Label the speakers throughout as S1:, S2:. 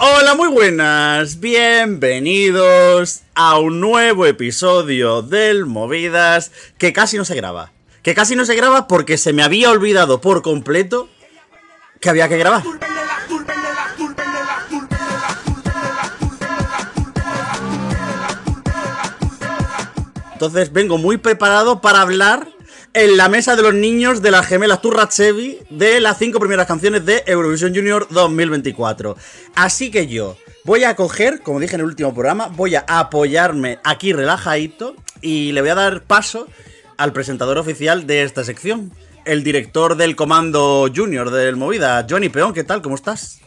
S1: Hola, muy buenas. Bienvenidos a un nuevo episodio del Movidas que casi no se graba. Que casi no se graba porque se me había olvidado por completo que había que grabar. Entonces vengo muy preparado para hablar en la mesa de los niños de las gemelas Turrachevi de las cinco primeras canciones de Eurovision Junior 2024. Así que yo voy a coger, como dije en el último programa, voy a apoyarme aquí relajadito y le voy a dar paso al presentador oficial de esta sección, el director del comando Junior del Movida, Johnny Peón. ¿Qué tal? ¿Cómo estás?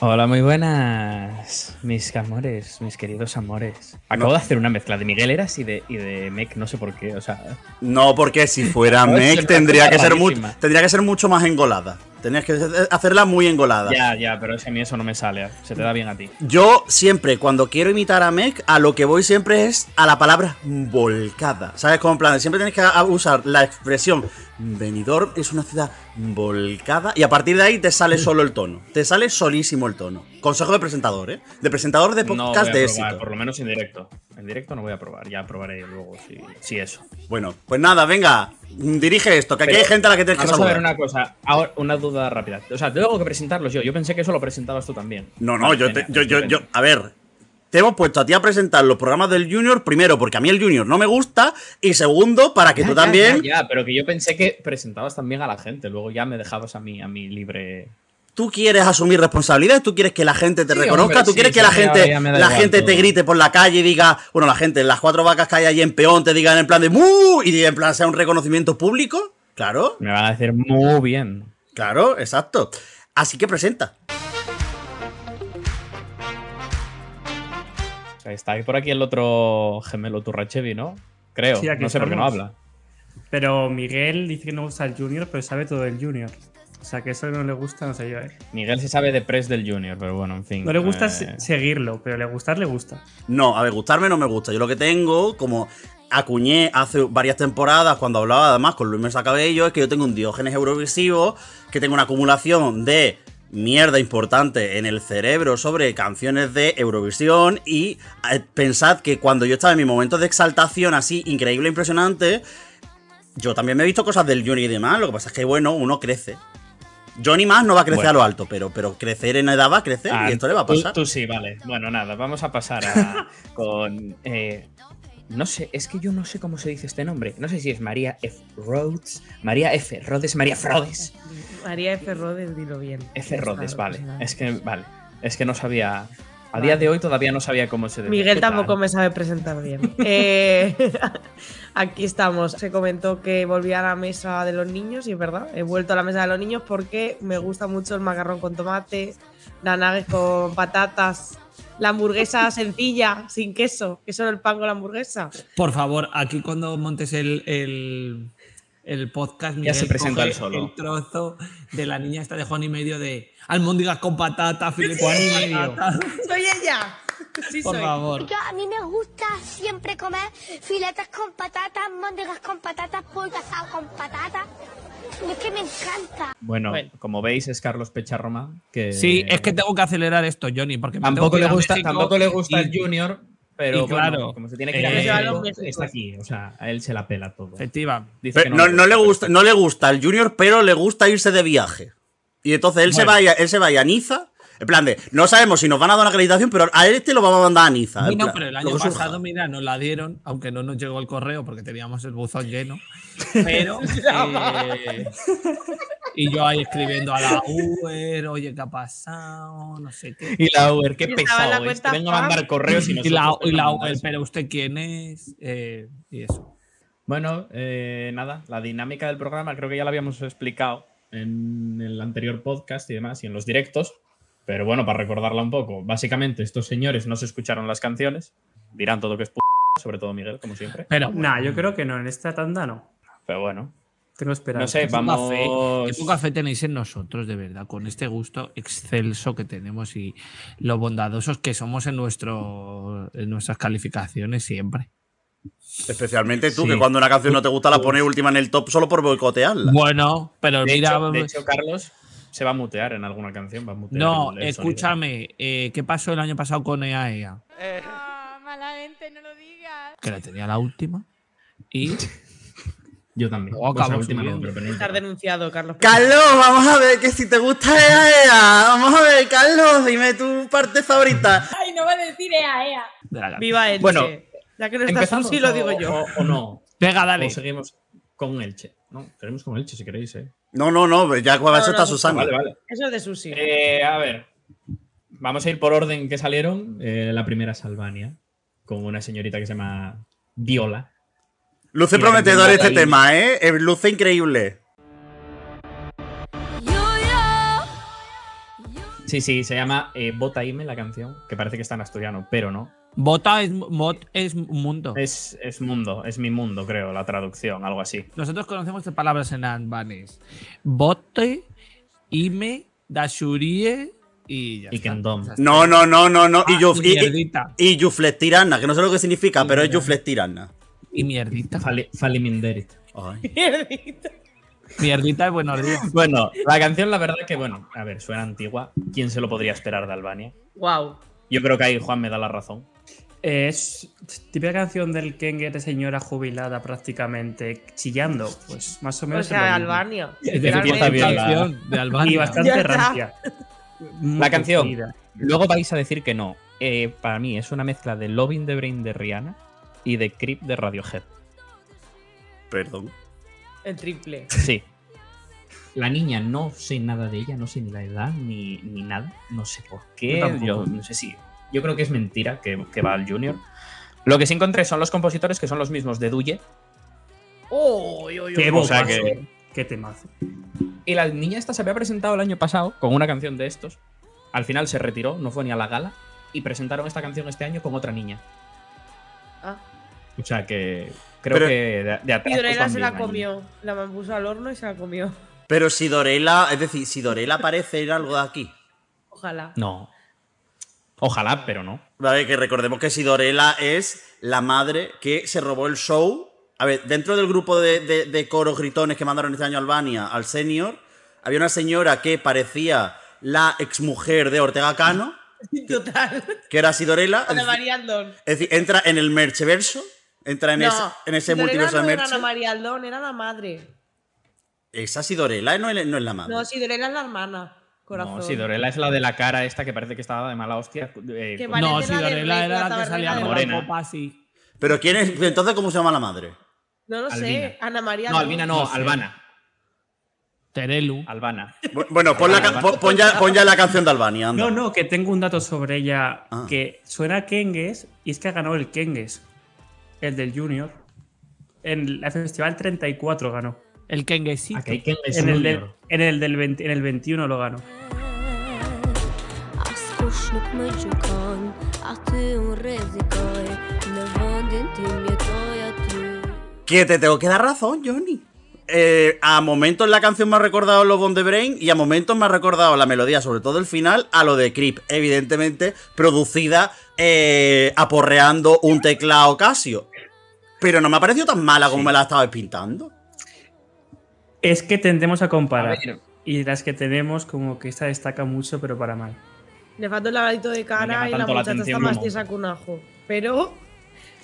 S2: Hola, muy buenas, mis amores, mis queridos amores. Acabo
S1: No.
S2: de hacer una mezcla de Miguel Eras y de, y de Mec, no sé por qué, o sea,
S1: No, porque si fuera
S2: No, es
S1: Mech
S2: una
S1: tendría
S2: cosa
S1: que, ser mu-
S2: rarísima.
S1: tendría que ser mucho más engolada. Tenías que hacerla muy engolada.
S2: ya, ya, pero es que a mí eso no me sale, se te da bien a ti.
S1: Yo siempre, cuando quiero imitar a Mech, a lo que voy siempre es a la palabra volcada. ¿Sabes? Como en plan, siempre tienes que a- usar la expresión venidor es una ciudad volcada. Y a partir de ahí te sale solo el tono. Te sale solísimo el tono. Consejo de presentador, ¿eh? De presentador de
S2: no voy a
S1: podcast
S2: probar,
S1: de éxito.
S2: por lo menos en directo. En directo no voy a probar, ya probaré luego si, si eso.
S1: Bueno, pues nada, venga, dirige esto, que aquí
S2: Pero
S1: hay gente a la que tienes que
S2: Vamos a
S1: saludar.
S2: ver una cosa, ahora una duda rápida. O sea, tengo que presentarlos yo, yo pensé que eso lo presentabas tú también.
S1: No, no,
S2: Vale,
S1: yo, te-
S2: genial,
S1: yo, yo, yo,
S2: estupendo.
S1: a ver. Te hemos puesto a ti a presentar los programas del Junior, primero, porque a mí el Junior no me gusta, y segundo, para que
S2: Ya,
S1: tú
S2: ya,
S1: también
S2: Ya, ya, pero que yo pensé que presentabas también a la gente, luego ya me dejabas a mí, a mí libre.
S1: tú quieres asumir responsabilidades, tú quieres que la gente te
S2: Sí,
S1: reconozca,
S2: hombre,
S1: tú
S2: sí,
S1: quieres que
S2: sí,
S1: la
S2: ya-
S1: gente,
S2: ya me da
S1: la
S2: igual
S1: gente te
S2: todo.
S1: grite por la calle y diga, bueno, la gente, las cuatro vacas que hay ahí en peón, te digan en plan de ¡mu! y en plan sea un reconocimiento público. Claro,
S2: Me van a decir muy bien.
S1: claro, exacto. Así que presenta.
S2: O sea, Está ahí por aquí el otro gemelo Turrachevi, ¿no? Creo.
S3: Sí, aquí
S2: no sé por qué no
S3: estamos.
S2: habla.
S3: Pero Miguel dice que no gusta el Junior, pero sabe todo del Junior. O sea, que eso no le gusta, no sé yo. eh.
S2: Miguel se sabe de press del Junior, pero bueno, en fin.
S3: No le gusta
S2: eh,
S3: se- seguirlo, pero le gustar le gusta.
S1: No, a ver, gustarme no me gusta. Yo lo que tengo, como acuñé hace varias temporadas cuando hablaba además con Luis Mesa Cabello, es que yo tengo un diógenes eurovisivo, que tengo una acumulación de mierda importante en el cerebro sobre canciones de Eurovisión y eh, pensad que cuando yo estaba en mi momento de exaltación así increíble, impresionante, yo también me he visto cosas del Johnny y demás, lo que pasa es que bueno, uno crece. Johnny más no va a crecer
S2: Bueno.
S1: a lo alto, pero, pero crecer en edad va a crecer
S2: ah,
S1: y esto le va a
S2: tú-
S1: pasar.
S2: Tú, sí, vale. Bueno, nada, vamos a pasar a, con. eh, no sé, es que yo no sé cómo se dice este nombre. No sé si es María F. Rhodes, María F. Rhodes, María Frodes.
S4: María F. Rodes, dilo bien.
S2: F. Rodes, vale. Es
S4: Es
S2: que, vale. Es que no sabía. A
S4: Vale.
S2: día de hoy todavía no sabía cómo se decía.
S4: Miguel
S2: ¿Qué tal?
S4: tampoco me sabe presentar bien. Eh, aquí estamos. Se comentó que volví a la mesa de los niños y es verdad, he vuelto a la mesa de los niños porque me gusta mucho el macarrón con tomate, la nugget con patatas, la hamburguesa sencilla, sin queso, que solo el pan con la hamburguesa.
S5: Por favor, aquí cuando montes el, el, el podcast,
S2: Ya se presenta
S5: coge
S2: él solo.
S5: el trozo de la niña esta de Juan y medio de almóndigas con patata, filete con
S3: Juan y medio.
S5: patata.
S4: ¡Soy ella! Sí,
S5: Por
S4: soy.
S5: favor.
S2: Eh,
S6: Yo, a mí me gusta siempre comer filetes con patatas, mondegas con patatas, pollo asado con patatas. Es que me encanta.
S2: Bueno,
S4: Bueno.
S2: como veis, es Carlos Pecharroma. Que,
S5: Sí, es que tengo que acelerar esto, Johnny, porque me tengo
S2: Tampoco
S5: que ir
S2: le,
S5: a
S2: gusta,
S5: México
S2: tampoco le gusta
S5: y-
S2: el Junior, pero
S5: y claro,
S2: bueno, como se tiene que ir a
S5: eh,
S2: México,
S4: Llévalo a México.
S2: está aquí. O sea, a él se la pela todo.
S5: Efectiva.
S2: Dice
S1: Pero
S2: que
S1: no, no le gusta, no le gusta el Junior, pero le gusta irse de viaje. Y entonces él se
S2: Bueno.
S1: va a, él se va a ir a Niza. En plan de, no sabemos si nos van a dar una acreditación, pero a este lo vamos a mandar a Niza.
S2: Ah,
S1: en
S5: Bueno,
S1: plan,
S5: pero el
S1: lo
S5: año
S1: que surja.
S5: pasado, mira, nos la dieron, aunque no nos llegó el correo porque teníamos el buzón lleno. Pero. eh, y yo ahí escribiendo a la Uber, oye, ¿qué ha pasado? No sé qué.
S2: Y la Uber, qué
S4: Y estaba en
S2: pesado.
S4: la
S2: es que
S4: cuenta
S2: venga a
S4: FAM.
S2: mandar correos y
S5: Y la,
S2: nosotros
S5: y la
S2: mandamos.
S5: Uber, pero usted quién es, Eh, y eso.
S2: Bueno, eh, nada, la dinámica del programa creo que ya la habíamos explicado en el anterior podcast y demás, y en los directos. Pero bueno, para recordarla un poco, básicamente estos señores no se escucharon las canciones, dirán todo que es p sobre todo Miguel, como siempre.
S5: Pero
S3: Nah, yo creo que no, en esta tanda no.
S2: Pero bueno,
S3: Tengo esperanza.
S2: no sé,
S5: Qué poca
S2: vamos.
S5: fe, qué poca fe tenéis en nosotros, de verdad, con este gusto excelso que tenemos y lo bondadosos que somos en, nuestro, en nuestras calificaciones siempre.
S1: Especialmente tú,
S2: Sí.
S1: que cuando una canción no te gusta la pones última en el top solo por boicotearla.
S5: Bueno, pero
S2: De
S5: mira, eh,
S2: hecho, de hecho, Carlos, se va a mutear en alguna canción. Va a mutear
S5: No,
S2: el- el
S5: escúchame, eh, ¿qué pasó el año pasado con E EAEA?
S7: Ah, malamente, no lo digas.
S5: Que la tenía la última. Y
S2: sonido. Yo también.
S5: Luego
S2: Pues la
S5: acabó
S2: última no,
S5: subiendo.
S2: pero penúltima.
S4: Estar denunciado, Carlos.
S1: Carlos, vamos a ver que si te gusta EA, EA. Vamos a ver, Carlos, dime tu parte favorita.
S7: Ay, no va a decir ea, ea.
S5: de la gata.
S4: Viva Elche.
S2: Bueno,
S4: ya que no estás tú, sí lo digo
S2: o-
S4: yo.
S2: O, o no.
S5: Venga,
S2: O
S5: dale.
S2: seguimos con Elche. No, seguimos con Elche si queréis, ¿eh?
S1: No, no, no, ya con eso
S4: No, no,
S1: está
S4: no.
S1: Susana.
S2: Vale, vale.
S4: Eso es de Susi.
S2: Eh, a ver. Vamos a ir por orden que salieron. Eh, la primera es Albania, con una señorita que se llama Viola.
S1: Luce
S2: Y la
S1: prometedor
S2: canción
S1: este
S2: Natalí.
S1: tema, ¿eh? Eh, Luce increíble.
S2: Sí, sí, se llama eh, Bota Ime la canción, que parece que está en asturiano, pero no.
S5: Bota es, mot es mundo.
S2: Es, es mundo, es mi mundo, creo, la traducción, algo así.
S5: Nosotros conocemos estas palabras en albanés. Bote, ime, dashurie y ya
S2: Y
S5: está.
S2: kendom.
S5: O sea,
S1: No, no, no, no, no.
S5: ah,
S1: y, yuf,
S5: y
S1: y, y-
S5: mierdita.
S1: y Yuflet Tirana, que no sé lo que significa, pero es Yuflet Tirana.
S5: Y mierdita.
S2: Fali- Faliminderit.
S1: Ay.
S5: Mierdita es buenos días.
S2: Bueno, la canción, la verdad que, bueno, a ver, suena antigua. ¿Quién se lo podría esperar de Albania?
S4: wow.
S2: Yo creo que ahí Juan me da la razón.
S3: Eh, Es típica canción del Kenge de señora jubilada prácticamente chillando, pues más o
S4: O
S3: menos. es lo
S4: sea,
S3: mismo.
S4: Albania.
S5: Es
S2: de
S5: la
S2: empieza
S5: mejor
S2: bien la-
S5: canción de
S3: Y
S5: Albania.
S4: Ya
S3: bastante
S4: está.
S3: rancia. Muy
S2: canción.
S3: cogida.
S2: Luego vais a decir que no. Eh, para mí es una mezcla de Loving the Brain de Rihanna y de Creep de Radiohead.
S1: Perdón.
S4: El triple.
S2: Sí. La niña, no sé nada de ella, no sé ni la edad ni, ni nada. No sé por qué.
S3: Yo tampoco.
S2: Yo no sé si. Yo creo que es mentira que, que va al Junior. Lo que sí encontré son los compositores que son los mismos de Duye.
S4: Oh, yo, yo.
S3: Qué
S2: O sea
S3: bobazo,
S2: que-
S3: Qué temazo.
S2: Y la niña esta se había presentado el año pasado con una canción de estos. Al final se retiró, no fue ni a la gala. Y presentaron esta canción este año con otra niña.
S4: Ah.
S2: O sea que creo
S1: Pero-
S2: que de, de atrás. pues,
S4: Pidorela
S2: van
S4: se
S2: bien
S4: la
S2: ahí.
S4: comió. La puso al horno y se la comió.
S1: Pero si Dorela, es decir, si Dorela aparece en algo de aquí.
S4: Ojalá.
S2: No. Ojalá, pero no.
S1: Vale, que recordemos que Sidorela es la madre que se robó el show. A ver, dentro del grupo de, de- de coros gritones que mandaron este año a Albania al senior, había una señora que parecía la exmujer de Ortega Cano,
S4: Total.
S1: que era Sidorela. Es
S4: Ana
S1: decir-
S4: María Aldón.
S1: es decir, entra en el mercheverso, entra en ese, en ese
S4: Lorena
S1: multiverso de
S4: no era
S1: merche.
S4: Ana María Aldón, era la madre.
S1: Esa Sidorela no es, no es la madre.
S4: No, Sidorela es la hermana. Corazón.
S2: No, Sidorela es la de la cara esta que parece que estaba de mala hostia. eh,
S4: Qué
S2: con-
S4: mal-
S5: No,
S4: Parece
S5: si
S4: la de
S5: Dorela
S4: Rey, la
S5: era la que
S4: taberna
S5: salía
S4: de
S5: con
S2: Morena.
S5: la copa así.
S1: Pero quién es, entonces, ¿cómo se llama la madre?
S4: No lo
S2: Albina.
S4: sé. Ana María
S2: no, Albina no, Albana.
S5: Terelu.
S2: Albana.
S1: Bu- Bueno, pon, la ca- pon- pon ya, pon ya la canción de Albania, anda.
S3: No, no, que tengo un dato sobre ella
S1: Ah.
S3: que suena a Kengues y es que ha ganado el Kengues, el del Junior. En el Festival 34 ganó.
S2: Ah,
S5: El kenguesito.
S2: Aquí hay quien le
S3: En el, del-
S2: suyo.
S3: en el del 20 en el 21 lo ganó.
S8: Аз скучнокме чукан, а ти урезикай, не вондин ти ми е тоя ти.
S1: Que te tengo que dar razón, Johnny. Eh, a momentos la canción me ha recordado Love on the Brain y a momentos me ha recordado la melodía, sobre todo el final, a lo de Creep, evidentemente producida eh, aporreando un teclado Casio. Pero no me ha parecido tan mala como me la estabas pintando.
S3: Es que tendemos a
S2: A
S3: comparar.
S2: ver,
S3: y las que tenemos, como que esta destaca mucho, pero para mal.
S4: Le falta un lavadito de
S2: llama
S4: cara y la
S2: tanto la
S4: muchacha está
S2: atención
S4: más
S2: como-
S4: tiesa que un ajo. Pero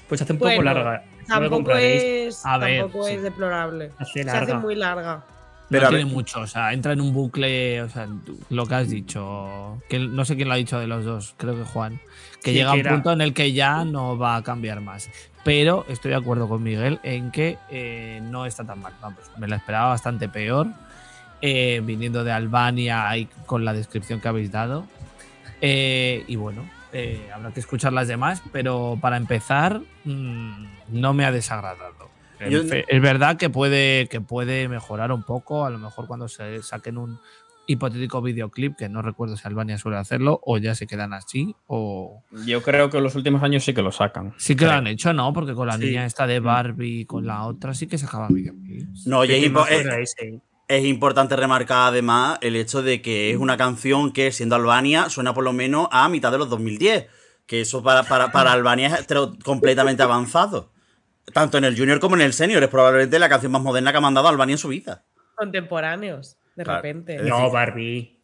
S3: Pues hace un poco
S4: Bueno,
S3: larga. No me
S4: tampoco
S3: compraréis.
S4: es,
S5: A ver,
S4: tampoco
S5: sí.
S4: es deplorable.
S3: Hace
S4: Se hace
S3: larga.
S4: muy larga.
S1: Pero
S5: no
S1: a ver-
S5: tiene mucho, o sea, entra en un bucle, o sea, tú- lo que has dicho, que no sé quién lo ha dicho de los dos, creo que Juan, que
S3: Sí,
S5: llega
S3: que
S5: un
S3: era-
S5: punto en el que ya no va a cambiar más. Pero estoy de acuerdo con Miguel en que eh, no está tan mal, vamos, me la esperaba bastante peor, eh, viniendo de Albania y con la descripción que habéis dado. Eh, y bueno, eh, habrá que escuchar las demás, pero para empezar, mm, no me ha desagradado. En
S1: Yo-
S5: fe- es verdad que puede, que puede mejorar un poco, a lo mejor cuando se saquen un hipotético videoclip, que no recuerdo si Albania suele hacerlo, o ya se quedan así, o...
S2: Yo creo que en los últimos años sí que lo sacan.
S5: Sí que lo han hecho, ¿no? Porque con la
S3: Sí.
S5: niña esta de Barbie, con la otra, sí que sacaba videoclips.
S1: No, eh, y
S3: ¿Qué
S1: es,
S3: tema
S1: impo- es-
S3: fuera ese?
S1: es importante remarcar además el hecho de que es una canción que, siendo Albania, suena por lo menos a mitad de los 2010. Que eso para, para, para Albania es estro- completamente avanzado. Tanto en el junior como en el senior. Es probablemente la canción más moderna que ha mandado Albania en su vida.
S4: Contemporáneos. de
S1: Claro.
S4: repente.
S1: Es
S2: No,
S1: decir-
S2: Barbie.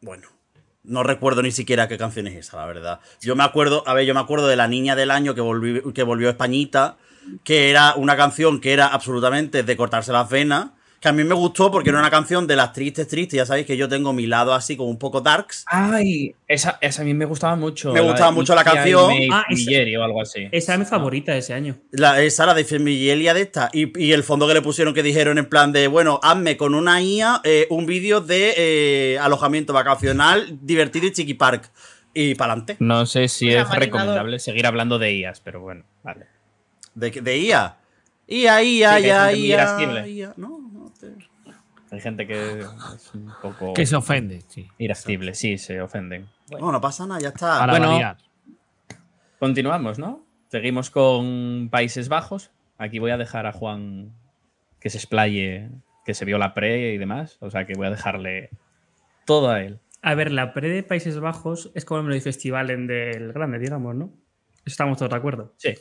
S1: Bueno, no recuerdo ni siquiera qué canción es esa, la verdad. Yo me acuerdo, a ver, yo me acuerdo de La Niña del Año que, volví- que volvió a Españita, que era una canción que era absolutamente de cortarse las venas, que a mí me gustó porque era una canción de las tristes, tristes, ya sabéis que yo tengo mi lado así como un poco darks.
S2: Ay, esa, esa a mí me gustaba mucho.
S1: Me
S2: la de
S1: gustaba mucho la
S2: Nicky
S1: canción.
S2: and Mike
S3: Ah, esa-
S2: Milleri o algo así.
S3: Esa es mi favorita de ese año.
S1: La, esa, la de Femigelia de esta. Y, y el fondo que le pusieron que dijeron en plan de, bueno, hazme con una IA eh, un vídeo de eh, alojamiento vacacional divertido y chiqui park. Y pa'lante.
S2: No sé si
S4: Mira,
S2: es
S4: marinador.
S2: recomendable seguir hablando de IAS, pero bueno, vale.
S1: De, de IA. IA, IA,
S2: Sí, que hay
S1: IA,
S2: gente muy
S1: IA,
S2: irascible.
S1: IA. No, no te-
S2: Hay gente que es un poco
S5: Que se ofende, sí.
S2: irascible, sí, se ofenden.
S1: No, no pasa nada, ya está.
S5: Para
S2: bueno.
S5: variar.
S2: Continuamos, ¿no? Seguimos con Países Bajos. Aquí voy a dejar a Juan que se explaye, que se vio la pre y demás. O sea que voy a dejarle todo a él.
S3: A ver, la pre de Países Bajos es como el festival en del Grande, digamos, ¿no? Estamos todos de acuerdo,
S2: Sí.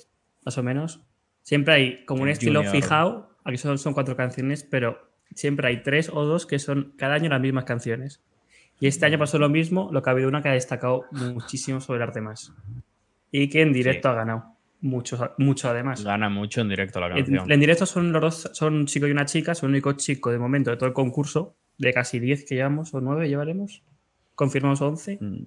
S3: más o menos. Siempre hay como un
S2: El
S3: estilo
S2: Junior.
S3: fijado, aquí son, son cuatro canciones, pero siempre hay tres o dos que son cada año las mismas canciones. Y este año pasó lo mismo, lo que ha habido una que ha destacado muchísimo sobre arte más. Y que en directo ha ganado. Mucho, mucho además.
S2: Gana mucho en directo la canción.
S3: En, en directo son los dos, son un chico y una chica, son el único chico de momento de todo el concurso, de casi 10 que llevamos, o 9 llevaremos, confirmamos 11.
S2: Mm,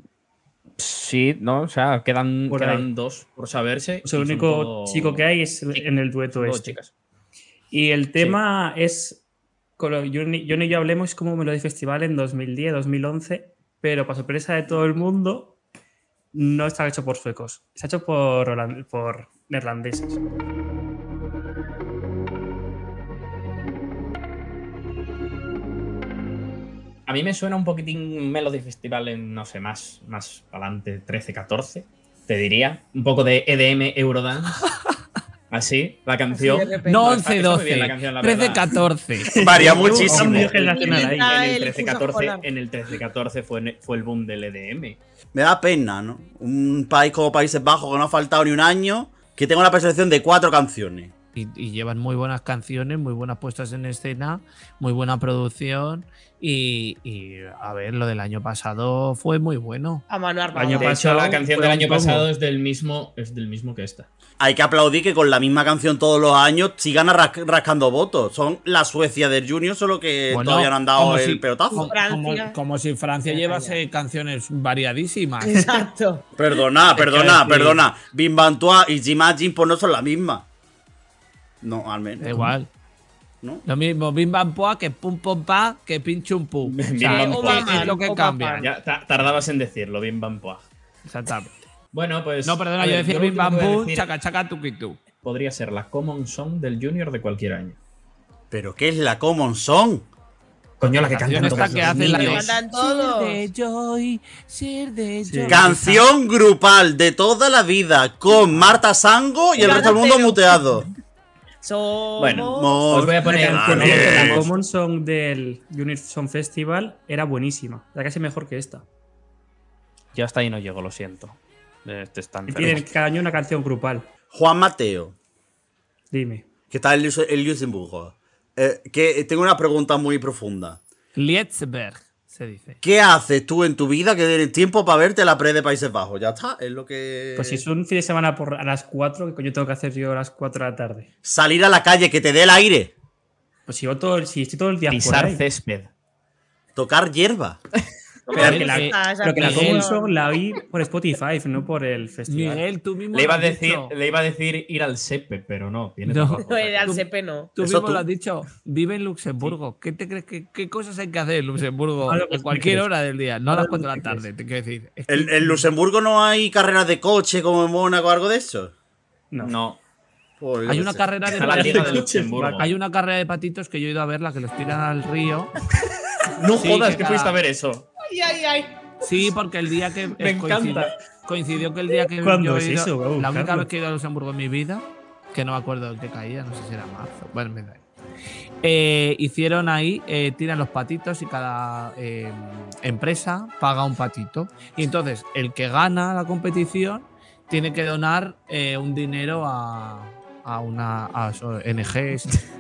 S2: Sí, no, o sea, quedan,
S3: Por
S2: quedan
S3: ahí.
S2: dos por saberse.
S3: O sea,
S2: y
S3: el
S2: son
S3: único
S2: todo-
S3: chico que hay es el- en el dueto
S2: todo
S3: este.
S2: chicas.
S3: Y el tema es, con lo- Johnny Johnny y yo hablemos como Melody Festival en 2010, 2011, pero para sorpresa de todo el mundo, no está hecho por suecos, está hecho por, holan- por neerlandeses.
S2: A mí me suena un poquitín Melody Festival en, no sé, más, más adelante, 13, 14, te diría. Un poco de EDM Eurodance. Así, la canción.
S4: Así de repente.
S5: No,
S2: No,
S5: 11,
S2: está- está muy
S5: 12,
S2: bien la canción, la
S5: 13,
S2: verdad.
S5: 14.
S1: Varía
S3: Un
S1: muchísimo.
S3: viaje nacional ahí.
S4: Ah,
S2: en el
S4: el
S2: 13
S4: curso
S2: 14
S4: escolar.
S2: en el 13 14 fue ne- fue el boom del E EDM
S1: Me da pena, ¿no? Un país como Países Bajos que no ha faltado ni un año, que tengo la percepción de cuatro canciones.
S5: Y, y llevan muy buenas canciones, muy buenas puestas en escena, muy buena producción. Y, y, a ver, lo del año pasado fue muy bueno.
S4: A mano armada.
S3: Año
S2: de hecho
S3: pasado
S2: la canción
S3: fue
S2: del
S3: un
S2: año
S3: poco.
S2: pasado es del mismo es del mismo que esta
S1: Hay que aplaudir que con la misma canción todos los años sigan arras- rascando votos. Son la Suecia del Junior, solo que
S2: Eh,
S5: Bueno,
S1: todavía no han dado
S5: como
S1: el
S5: si-
S1: pelotazo.
S5: Como, como- como si Francia llevase canciones variadísimas.
S4: Exacto.
S1: Perdona, perdona,
S2: decir-
S1: perdona. Bim Bantua y Jim Jim pues no son la misma. No, al menos.
S5: Da igual.
S1: ¿No?
S5: Lo mismo, Bim Bam Poa que Pum Pum Pa que Pinchum Pum.
S2: Bim
S5: O sea,
S2: Bam
S5: es-
S2: Poa.
S5: es lo que
S4: Opa,
S5: cambia.
S2: ya ta- tardabas en decirlo bien bam poa.
S5: Exactamente.
S2: bueno pues
S5: No, perdona,
S2: a
S5: yo
S2: ver,
S5: decía
S2: lo
S5: Bim
S2: último
S5: Bam
S2: que voy a
S5: Pum,
S2: decir
S5: chaca chaca tuquitu.
S2: podría ser la common song del junior de cualquier año
S1: Pero ¿qué es la Common Song?
S2: coño la que
S5: canción
S2: cantan
S5: esta
S2: todos
S5: que
S2: los
S5: hace la de-
S2: niños.
S4: Cantan todos.
S5: Ser de joy, ser de
S3: Sí.
S5: joy.
S1: Canción grupal de toda la vida con Marta Sango y el resto del mundo muteado.
S4: Somos-
S2: Bueno. os voy a poner
S3: La canción,
S1: Dale.
S3: la Common Song del Unit Song Festival era buenísima. Era casi mejor que esta.
S2: yo hasta ahí no llego lo siento este está
S3: Y
S2: enfermo.
S3: tienen cada año una canción grupal.
S1: Juan Mateo,
S3: Dime.
S1: que está en Lux- en Luxemburgo, eh, que tengo una pregunta muy profunda.
S5: Lietzberg, se dice.
S1: ¿Qué haces tú en tu vida que tienes tiempo para verte la pre de Países Bajos? Ya está, es lo que...
S3: Pues si es un fin de semana por, a las 4, ¿qué coño tengo que hacer yo a las 4 de la tarde?
S1: Salir a la calle, que te dé el aire.
S3: Pues si, yo todo, si estoy todo el día
S2: pisar
S3: por ahí.
S2: césped
S1: Tocar hierba.
S4: ¿Cómo
S5: Pero
S4: que
S5: que la-
S4: está esa
S3: Pero que la
S5: Miguel.
S3: Common
S4: canción?
S3: Song la oí por Spotify, no por el festival.
S5: Miguel, tú mismo.
S2: le iba a
S5: lo has
S2: decir
S5: dicho.
S2: le iba a decir ir al sepe pero no tiene
S5: No.
S2: otra cosa.
S4: No, era el CP, no.
S5: Tú
S1: Eso
S5: mismo
S1: tú.
S5: lo has dicho, vive en Luxemburgo. ¿Qué te crees que qué cosas hay que hacer en Luxemburgo
S3: Ahora, pues,
S5: a cualquier
S3: ¿qué
S5: hora del día? No a las 4 de la tarde, te quiero decir.
S2: Eh,
S5: Es que-
S1: ¿En, en Luxemburgo no hay carreras de coche como en Mónaco o algo de eso?
S3: No.
S2: no
S1: Pues yo
S5: hay
S1: qué
S5: una
S1: sé.
S5: carrera de
S2: está la liga de
S5: patitos.
S2: Luxemburgo
S5: Hay una carrera de patitos que yo he ido a verla que los tiran al río.
S2: No
S5: Sí,
S2: jodas
S5: que
S2: que
S5: cada-
S2: fuiste a ver eso.
S4: Ay, ay, ay.
S5: Sí, porque el día que eh,
S2: Me
S5: coincidió,
S2: encanta.
S5: coincidió que el día que
S3: ¿Cuándo
S5: yo he
S3: es
S5: ido-
S3: eso? Voy a
S5: la única
S3: buscarlo.
S5: vez que he ido a Luxemburgo en mi vida, que no me acuerdo en qué caía, no sé si era marzo. Bueno, me da igual. Eh, hicieron ahí, eh, tiran los patitos y cada eh, empresa paga un patito. Y entonces el que gana la competición tiene que donar eh, un dinero a, a una a eso, ONGs.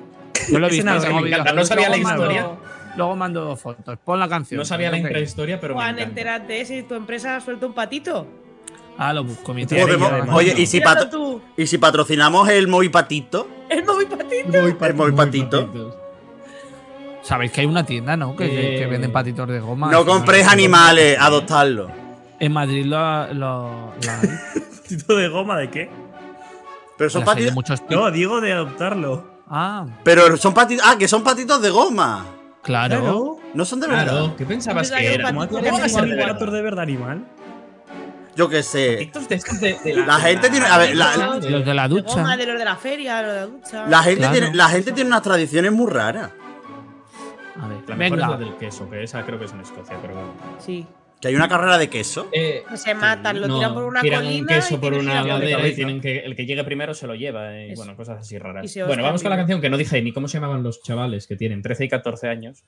S5: Yo lo he
S3: Es
S5: visto,
S3: una-
S5: tengo
S3: me
S5: vídeos.
S2: encanta, no sabía la
S5: Luego mando-
S2: historia.
S5: Luego mando fotos. Pon la canción.
S2: No sabía la
S5: Ok.
S2: intrahistoria, pero me
S4: Juan,
S2: encanta.
S4: entérate si tu empresa suelta un patito.
S5: Ah, lo busco. Mi
S1: Joder,
S5: tía,
S1: mo-
S5: además.
S1: Este oye, y si,
S4: Míralo
S1: patro-
S4: tú.
S1: y si patrocinamos el Movipatito,
S4: El móvil patito.
S1: el Movipatito.
S5: Sabéis que hay una tienda, ¿no? Que,
S2: Eh,
S5: que venden patitos de goma.
S1: No compréis animales, adoptadlos.
S5: En Madrid lo, lo- lo hay.
S3: ¿Tito de goma de qué?
S1: Pero son
S5: Las hay de
S1: patitos.
S5: muchos tipos.
S3: No, digo de adoptarlo.
S5: Ah,
S1: Pero son patitos. Ah, que son patitos de goma.
S5: claro.
S1: No son de verdad.
S2: Claro, ¿qué pensabas
S4: Pensaba que
S2: que
S4: era
S2: era?
S4: un
S3: ¿Cómo
S4: patito
S2: ¿Cómo va a ser de verdad?
S3: gatos de verdad animal?
S1: Yo qué sé.
S2: Estos de estos de- de
S1: La gente tiene- a ver, la-
S5: De Los de la
S4: De goma,
S5: ducha.
S4: de los de la feria, de los de la ducha.
S1: La gente,
S5: Claro.
S1: tiene, la gente tiene unas tradiciones muy raras.
S5: A ver,
S2: La mejor es la
S5: venga.
S2: del queso, que esa creo que es en Escocia, pero bueno.
S4: Sí.
S1: Que hay una carrera de queso.
S2: Eh,
S4: Que se matan, lo
S2: no,
S4: tiran por una
S2: tiran un
S4: colina.
S2: queso
S4: y
S2: por
S4: tienen
S2: una
S4: que ir a
S2: ladera y
S4: cabeza.
S2: tienen que el que llegue primero se lo lleva eh, y
S4: Eso.
S2: bueno, cosas así
S4: Y
S2: raras.
S4: se os
S2: Bueno, vamos con la
S4: cambia.
S2: canción que no dije ni cómo se llamaban los chavales que tienen 13 y 14 años.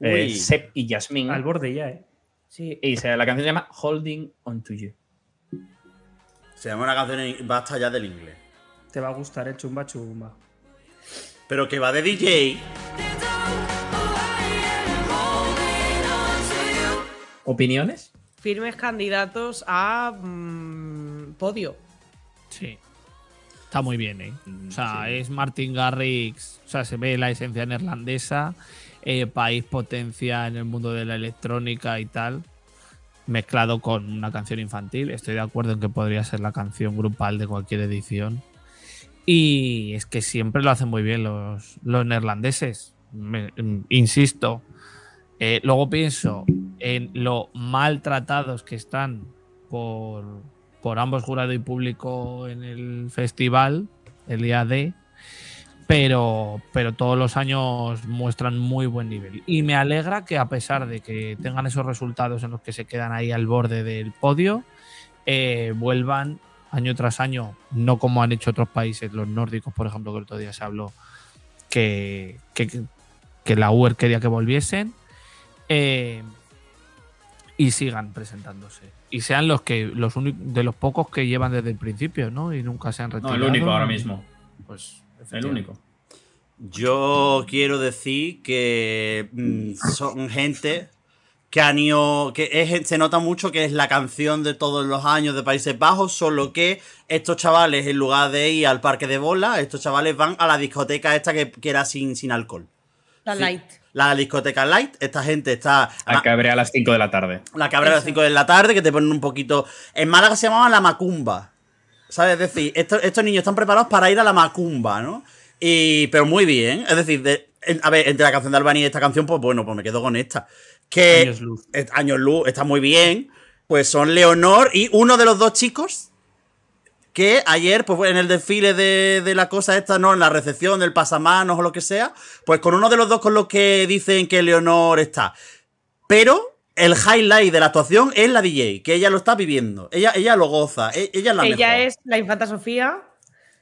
S2: Eh,
S1: Uy.
S2: Sep y Yasmin.
S3: Al borde ya, ¿eh?
S4: Sí.
S2: Y se- la canción se llama Holding On To You.
S1: Se llama una canción en, basta ya del inglés.
S3: Te va a gustar, eh, chumba chumba.
S1: Pero que va de DJ.
S2: ¿Opiniones?
S4: Firmes candidatos a mm, podio.
S5: Sí. Está muy bien, ¿eh? O sea, es Martin Garrix. O sea, se ve la esencia neerlandesa. eh, país potencia en el mundo de la electrónica y tal. Mezclado con una canción infantil. Estoy de acuerdo en que podría ser la canción grupal de cualquier edición. Y es que siempre lo hacen muy bien los, los neerlandeses. Me- mm, insisto. Eh, luego pienso en lo maltratados que están por, por ambos jurado y público en el festival, el día D. Pero, pero todos los años muestran muy buen nivel. Y me alegra que a pesar de que tengan esos resultados en los que se quedan ahí al borde del podio, eh, vuelvan año tras año, no como han hecho otros países, los nórdicos, por ejemplo, que el otro día se habló que, que, que- que la UER quería que volviesen, eh, y sigan presentándose. Y sean los que los únic- de los pocos que llevan desde el principio, ¿no? Y nunca se han
S2: No,
S5: retirado.
S2: el único ahora mismo.
S5: Pues,
S2: El único.
S1: Yo quiero decir que mm, son gente que han ido. que es- se nota mucho que es la canción de todos los años de Países Bajos, solo que estos chavales, en lugar de ir al parque de bola, estos chavales van a la discoteca esta que, que era sin, sin alcohol.
S4: La
S1: Sí.
S4: light.
S1: La discoteca light, esta gente está.
S2: A cabrea Ah, a las 5 de la tarde.
S1: La cabra a las
S4: Eso.
S1: 5 de la tarde, que te ponen un poquito. En Málaga se llamaba la macumba. ¿Sabes? Es decir, esto- estos niños están preparados para ir a la macumba, ¿no? Y, pero muy bien. Es decir, de- en- a ver, entre la canción de Albany y esta canción, pues bueno, pues me quedo con esta. Que.
S3: Años luz.
S1: es- Años Luz está muy bien. Pues son Leonor y uno de los dos chicos que ayer, pues en el desfile de, de la cosa esta, ¿no? En la recepción del pasamanos o lo que sea, pues con uno de los dos con los que dicen que Leonor está. Pero el highlight de la actuación es la DJ, que ella lo está viviendo. Ella, ella lo goza. e- Ella es la
S4: Ella
S1: mejor.
S4: es la infanta Sofía,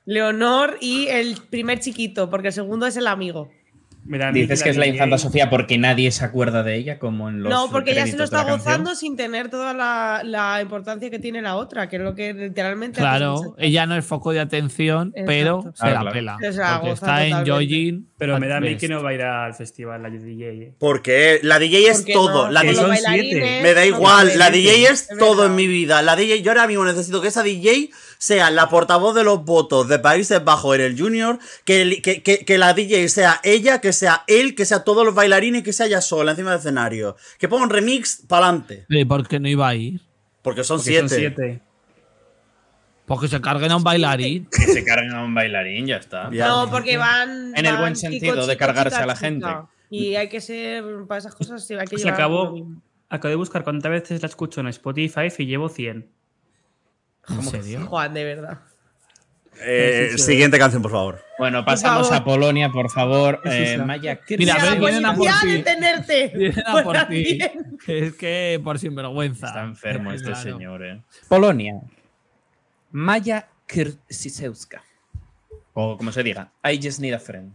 S4: Leonor y el primer chiquito, porque el segundo es el amigo.
S3: Mira,
S2: Dices
S3: Nicki,
S2: que es la
S3: DJ,
S2: infanta Sofía porque nadie se acuerda de ella como en los
S4: no, porque ella se lo
S2: créditos de la
S4: está
S2: canción.
S4: gozando sin tener toda la, la importancia que tiene la otra, que es lo que literalmente. hace mucho.
S5: Claro, ella no es foco de atención,
S4: Exacto.
S5: pero se
S2: Claro,
S5: la
S2: claro.
S5: pela.
S4: Se la goza
S5: porque está en pues,
S4: totalmente.
S5: Jojin.
S3: Pero me da a mí
S5: Best.
S3: que no va a ir al festival la DJ, eh.
S1: Porque la DJ es
S4: Porque
S1: todo.
S4: no,
S1: la
S4: con
S1: DJ
S4: los
S3: son siete.
S4: bailarines,
S1: Me da
S4: con los
S1: igual, la
S4: bailarines.
S1: DJ es todo
S4: verdad.
S1: en mi vida. La DJ, yo ahora mismo necesito que esa DJ sea la portavoz de los votos de Países Bajos en el Junior, que, el- que, que- que la DJ sea ella, que sea él, que sea todos los bailarines, que sea ella sola encima del escenario. Que ponga un remix para adelante.
S5: Eh, ¿Por qué no iba a ir?
S1: Porque son
S3: Porque
S1: siete.
S3: son siete.
S5: Porque se carguen a un bailarín.
S2: Que se cargan a un bailarín, ya está.
S1: Ya.
S4: No, porque van.
S2: En el
S4: van
S2: buen
S4: chico,
S2: sentido de
S4: chico,
S2: cargarse
S4: chica,
S2: a la
S4: chica.
S2: gente.
S4: Y hay que ser. Para esas cosas sí, hay que
S3: Se
S4: llevar
S3: acabó.
S4: lo mismo.
S3: Acabo de buscar cuántas veces la escucho en Spotify y llevo 100.
S5: ¿En serio?
S4: Juan, de verdad.
S1: Eh, siguiente canción, por favor.
S2: Bueno, pasamos
S4: favor.
S2: a Polonia, por favor.
S3: Sí,
S2: Eh,
S3: sí.
S2: Maya
S5: Mira,
S4: Era
S5: ven,
S4: la
S5: vienen a por
S4: policía
S5: ti.
S4: pues, de tenerte. Pues,
S5: Vienen a "Ah, por
S4: Fuera
S5: ti.
S4: bien.
S5: Es que por sinvergüenza.
S2: Está enfermo este
S5: Ah, Claro.
S2: señor, ¿eh? Polonia. Maya Krzyzewska. O como se diga, I just need a friend.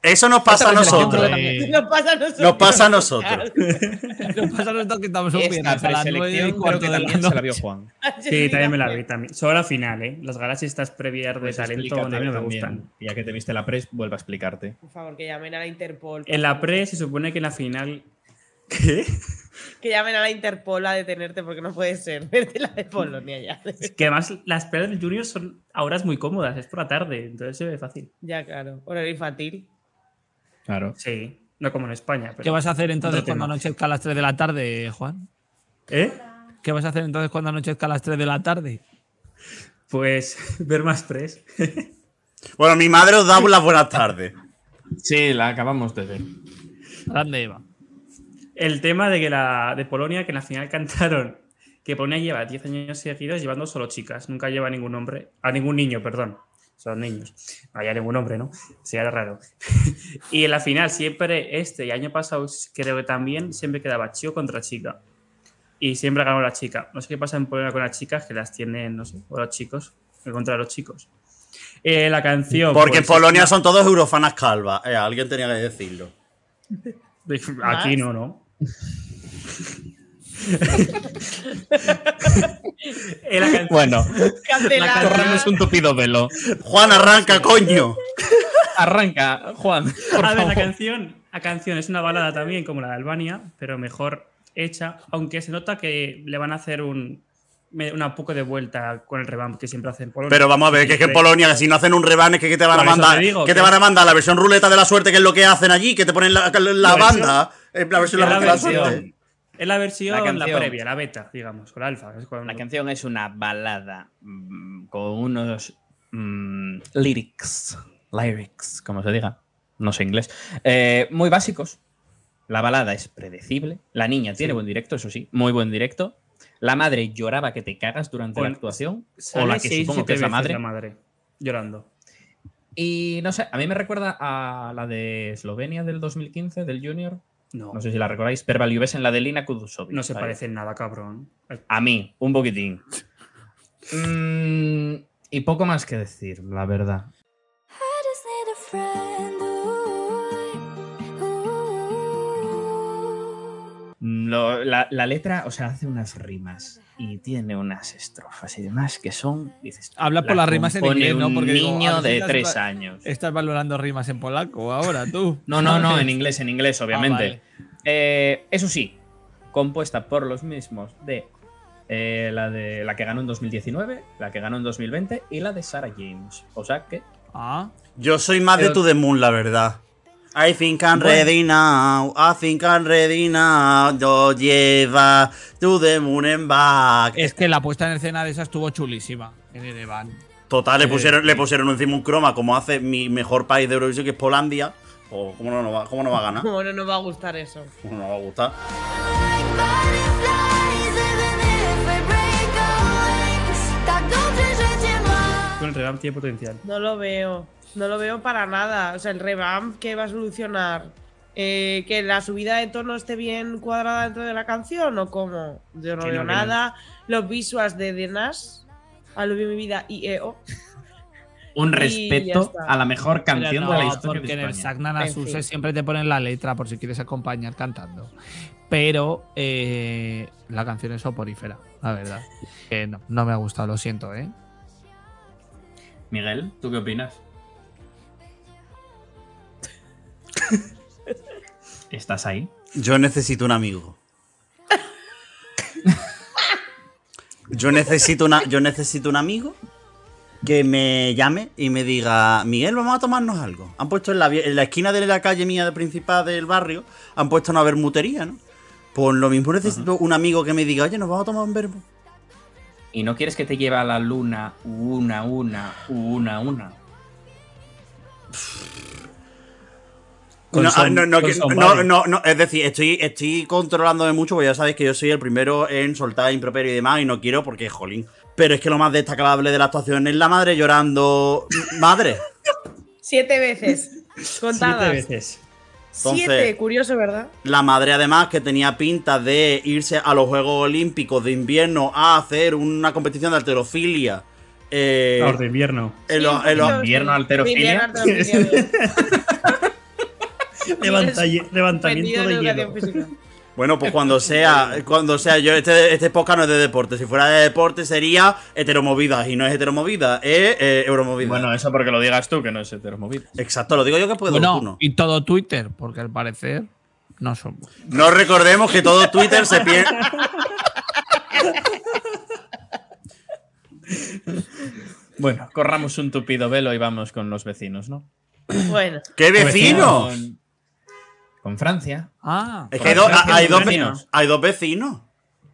S1: Eso nos pasa a
S5: Esta vez el
S1: nosotros.
S5: ejemplo de-
S4: Nos pasa a nosotros.
S1: Nos pasa a nosotros.
S5: Nos pasa a nosotros que estamos un
S2: Esta
S5: viernes a las nueve y
S2: preselección creo
S5: cuarto
S2: que
S5: de la
S2: también se la
S5: noche. Pues
S2: vio Juan.
S3: Sí, también me la vi. También. Solo la final, ¿eh? Las galaxias estas previas de
S2: Pues
S3: talento a mí
S2: explícate
S3: no me
S2: también.
S3: gustan.
S2: Ya que te viste la press, vuelvo a explicarte.
S4: Por favor, que llamen a la Interpol.
S3: En la pre se supone que en la final. ¿Qué?
S4: Que llamen a la Interpol a detenerte porque no puede ser. Vete la de Polonia ya.
S3: Es que además las peleas del Junior son a horas muy cómodas, es por la tarde, entonces se ve fácil.
S4: Ya, claro. Horario infantil.
S2: Claro.
S3: Sí, no como en España. Pero...
S5: ¿Qué vas a hacer entonces
S3: Otro
S5: cuando
S3: tema.
S5: anochezca a las 3 de la tarde, Juan?
S3: ¿Eh?
S5: ¿Qué vas a hacer entonces cuando anochezca a las 3 de la tarde?
S3: Pues ver más pres.
S1: Bueno, mi madre os da las buenas tardes.
S2: Sí, la acabamos de ver.
S5: Grande Eva.
S3: El tema de que la de Polonia, que en la final cantaron que Polonia lleva 10 años seguidos llevando solo chicas, nunca lleva a ningún hombre, a ningún niño, perdón, son niños, no hay ningún hombre, ¿no? Sería raro. y en la final siempre este, y año pasado creo que también, siempre quedaba chico contra chica. Y siempre ganó la chica. No sé qué pasa en Polonia con las chicas, que las tienen, no sé, o los chicos, que contra los chicos. Eh, la canción...
S1: Porque en
S3: pues,
S1: Polonia son todos eurofanas calvas. Eh, alguien tenía que decirlo.
S3: Aquí no, ¿no? Eh, la canción-
S2: Bueno,
S4: Cancelada.
S2: corremos un tupido velo.
S1: Juan, arranca, coño.
S2: Arranca, Juan. Por
S3: a ver, la
S2: favor.
S3: canción, la canción es una balada también como la de Albania, pero mejor hecha, aunque se nota que le van a hacer un, me- una poco de vuelta con el revamp que siempre hacen Polonia.
S1: Pero vamos a ver, que es que en Polonia, que si no hacen un rebane, que, que te van a
S3: Por eso
S1: mandar.
S3: te digo,
S1: que te
S3: que-
S1: van a mandar la versión ruleta de la suerte, que es lo que hacen allí, que te ponen la, la
S3: versión-
S1: banda. eh, La versión
S3: Pues que la
S1: de la
S3: versión.
S1: suerte.
S3: Es la versión,
S2: La
S3: la,
S2: canción.
S3: previa, la beta, digamos, o la alfa. es cuando-
S2: La canción es una balada mm, con unos mm, lyrics, lyrics, como se diga, no sé inglés, eh, muy básicos. La balada es predecible. La niña tiene buen directo, eso sí, muy buen directo. La madre lloraba que te cagas durante la
S3: Bueno,
S2: actuación, o
S3: Sale
S2: la que
S3: seis,
S2: supongo
S3: siete
S2: que es la
S3: veces
S2: madre.
S3: la madre. Llorando.
S2: Y no sé, a mí me recuerda a la de Eslovenia del 2015, del Junior.
S3: No,
S2: No sé si la recordáis, Perval en la de Lina Kudusovic.
S3: no se
S2: ¿vale?
S3: parece en nada, cabrón.
S2: A mí, un poquitín. Mm, y poco más que decir, la verdad.
S8: I just need a friend, ooh, ooh.
S2: Mm, lo- la, la letra, o sea, hace unas rimas y tiene unas estrofas y demás que son. Dices,
S5: Habla por las rimas en
S2: compone
S5: inglés, ¿no?
S2: un
S5: Porque digo,
S2: niño
S5: a ver si
S2: de
S5: las
S2: tres
S5: va-
S2: años.
S5: Estás valorando rimas en polaco ahora, tú.
S2: No, no, no, en inglés, en inglés, obviamente.
S5: Ah, vale.
S2: Eh, eso sí, compuesta por los mismos de, eh, la de la que ganó en 2019, la que ganó en 2020 y la de Sarah James. O sea que
S5: Ah,
S1: Yo soy más de
S2: Pero-
S1: To The Moon, la verdad. I think I'm
S2: Bueno.
S1: ready now, I think I'm ready now, yo lleva To The Moon and back.
S5: es que la puesta en escena de esa estuvo chulísima en el Evan.
S1: Total, le
S5: Eh,
S1: pusieron, le pusieron encima un croma, como hace mi mejor país de Eurovisión, que es Polandia. O, ¿cómo, no nos va, ¿Cómo no va a ganar?
S4: ¿Cómo no nos va a gustar eso?
S1: ¿Cómo no va a gustar?
S8: Butterflies, even if we break our wings. Tak dobrze, że cię mam.
S3: Con el revamp tiene potencial.
S4: No lo veo. No lo veo para nada. O sea, el revamp que va a solucionar. Eh, que la subida de tono esté bien cuadrada dentro de la canción o cómo. Yo no
S3: Que no,
S4: veo
S3: que no.
S4: nada. Los visuals de The Nash. A lo vi mi vida E y EO.
S2: un
S4: Y ya
S2: respeto
S4: está.
S2: a la mejor canción
S5: Pero
S2: de la
S5: no,
S2: historia
S5: porque
S2: de
S5: en el
S2: España.
S5: Sagnan
S4: En
S5: Asuse
S4: fin.
S5: siempre te ponen la letra por si quieres acompañar cantando. Pero eh, la canción es soporífera, la verdad. Eh, no, no me ha gustado, lo siento, ¿eh?
S2: Miguel, ¿tú qué opinas? ¿Estás ahí?
S1: Yo necesito un amigo. Yo necesito, una, yo necesito un amigo que me llame y me diga, Miguel, vamos a tomarnos algo. Han puesto en la, vie- en la esquina de la calle mía de principal del barrio, han puesto una bermutería, ¿no? Pues lo mismo necesito un amigo que me diga, oye, nos vamos a tomar un verbo.
S2: ¿Y no quieres que te lleve a la luna una, una, una, una?
S1: No,
S3: Con
S1: ah, no,
S3: som-
S1: no,
S3: con
S1: que-
S3: somebody.
S1: no, no, no, es decir, estoy, estoy controlándome mucho, porque ya sabéis que yo soy el primero en soltar improperio y demás, y no quiero porque, jolín. Pero es que lo más destacable de la actuación es la madre llorando. Madre.
S4: Siete veces. Contadas.
S3: Siete
S4: Siete,
S3: veces.
S1: Entonces-
S4: curioso, ¿verdad?
S1: La madre, además, que tenía pinta de irse a los Juegos Olímpicos de invierno a hacer una competición de alterofilia. eh,
S3: Claro, de invierno.
S1: en los- en los-
S2: invierno, alterofilia.
S4: Invierno, alterofilia.
S3: Levanta- levantamiento
S4: Metido Pues, en
S3: de
S4: educación
S3: hielo.
S4: física.
S1: Bueno, pues cuando sea, cuando sea, yo este, este podcast no es de deporte. Si fuera de deporte sería heteromovidas y no es heteromovida, es eh, euromovida.
S2: Bueno, eso porque lo digas tú, que no es heteromovida.
S1: exacto, lo digo yo que puedo.
S5: Bueno,
S1: tú no.
S5: y todo Twitter, porque al parecer no somos.
S1: No recordemos que todo Twitter se pierde.
S2: Bueno, corramos un tupido velo y vamos con los vecinos, ¿no?
S4: Bueno,
S1: ¡Qué
S5: Pues
S1: vecinos!
S2: Con, con Francia.
S5: Ah,
S1: Es que hay, dos-
S2: Francia
S1: hay
S2: son
S1: dos
S2: vecinos.
S1: vecinos. Hay dos vecinos.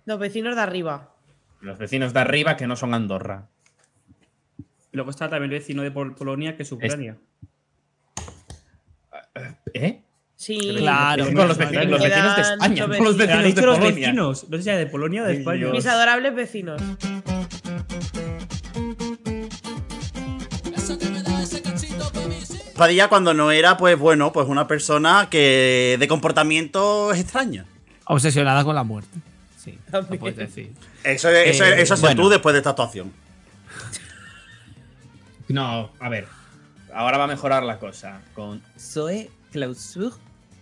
S4: los vecinos de arriba.
S2: Los vecinos de arriba que no son Andorra.
S3: Y Luego está también el vecino de Pol- Polonia, que es Ucrania.
S2: ¿Eh?
S4: Sí.
S5: Claro,
S2: Con los
S5: claro.
S2: vecinos, los vecinos de España,
S4: Quedan
S2: no los
S4: ocho
S3: Pero han
S2: vecinos de
S3: dicho los
S2: Polonia.
S3: vecinos. No sé si era de Polonia o de
S2: Ay,
S3: España.
S2: Dios.
S4: Mis adorables vecinos.
S1: Padilla cuando no era, pues bueno, pues una persona que de comportamiento extraño.
S5: obsesionada con la muerte. Sí, lo
S4: También.
S5: puedes decir.
S1: Eso, eso,
S5: Eh,
S1: eso es
S5: bueno.
S1: tú después de esta actuación.
S2: No, a ver. Ahora va a mejorar la cosa. Con Zoe, Clausur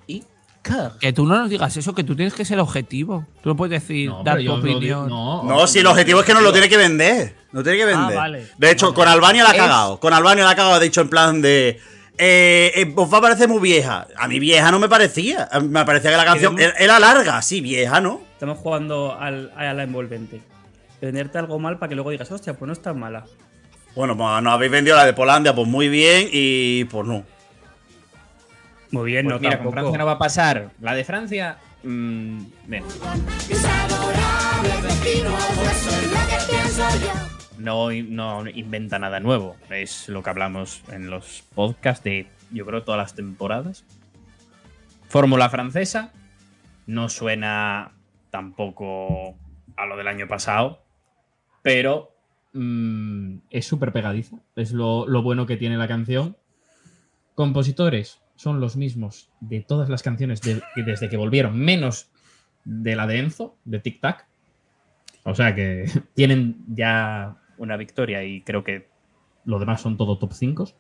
S2: y Kerr.
S5: Que tú no nos digas eso, que tú tienes que ser objetivo. Tú no puedes decir,
S2: No, pero
S5: dar tu
S2: yo lo digo-
S5: opinión.
S2: No,
S1: No, si el objetivo es que no lo tiene que vender. No tiene que vender.
S5: Ah, vale.
S1: De hecho,
S5: Vale.
S1: con Albania la ha
S5: Es-
S1: cagado. Con Albania la ha cagado, ha dicho en plan de. eh, eh, os va a parecer muy vieja. A mí vieja no me parecía. A mí Me parecía que la canción
S3: Queremos-
S1: era- era larga, sí, vieja, ¿no?
S3: Estamos jugando al- a la envolvente. Venderte algo mal para que luego digas, hostia, pues no es tan mala.
S1: Bueno, pues nos habéis vendido la de Polandia, pues muy bien, y pues no.
S3: Muy bien,
S2: Pues
S3: no,
S2: mira, con
S3: tampoco.
S2: Francia no va a pasar. La de Francia. mm, menos.
S6: Mis adorables vecinos, eso es lo que pienso yo.
S2: no, no inventa nada nuevo. Es lo que hablamos en los podcasts de, yo creo, todas las temporadas. Fórmula francesa. No suena tampoco a lo del año pasado, pero mm, es súper pegadiza. Es lo, lo bueno que tiene la canción. Compositores son los mismos de todas las canciones de- que desde que volvieron, menos de la de Enzo, de Tic Tac. O sea que tienen ya una victoria y creo que lo demás son todo top 5.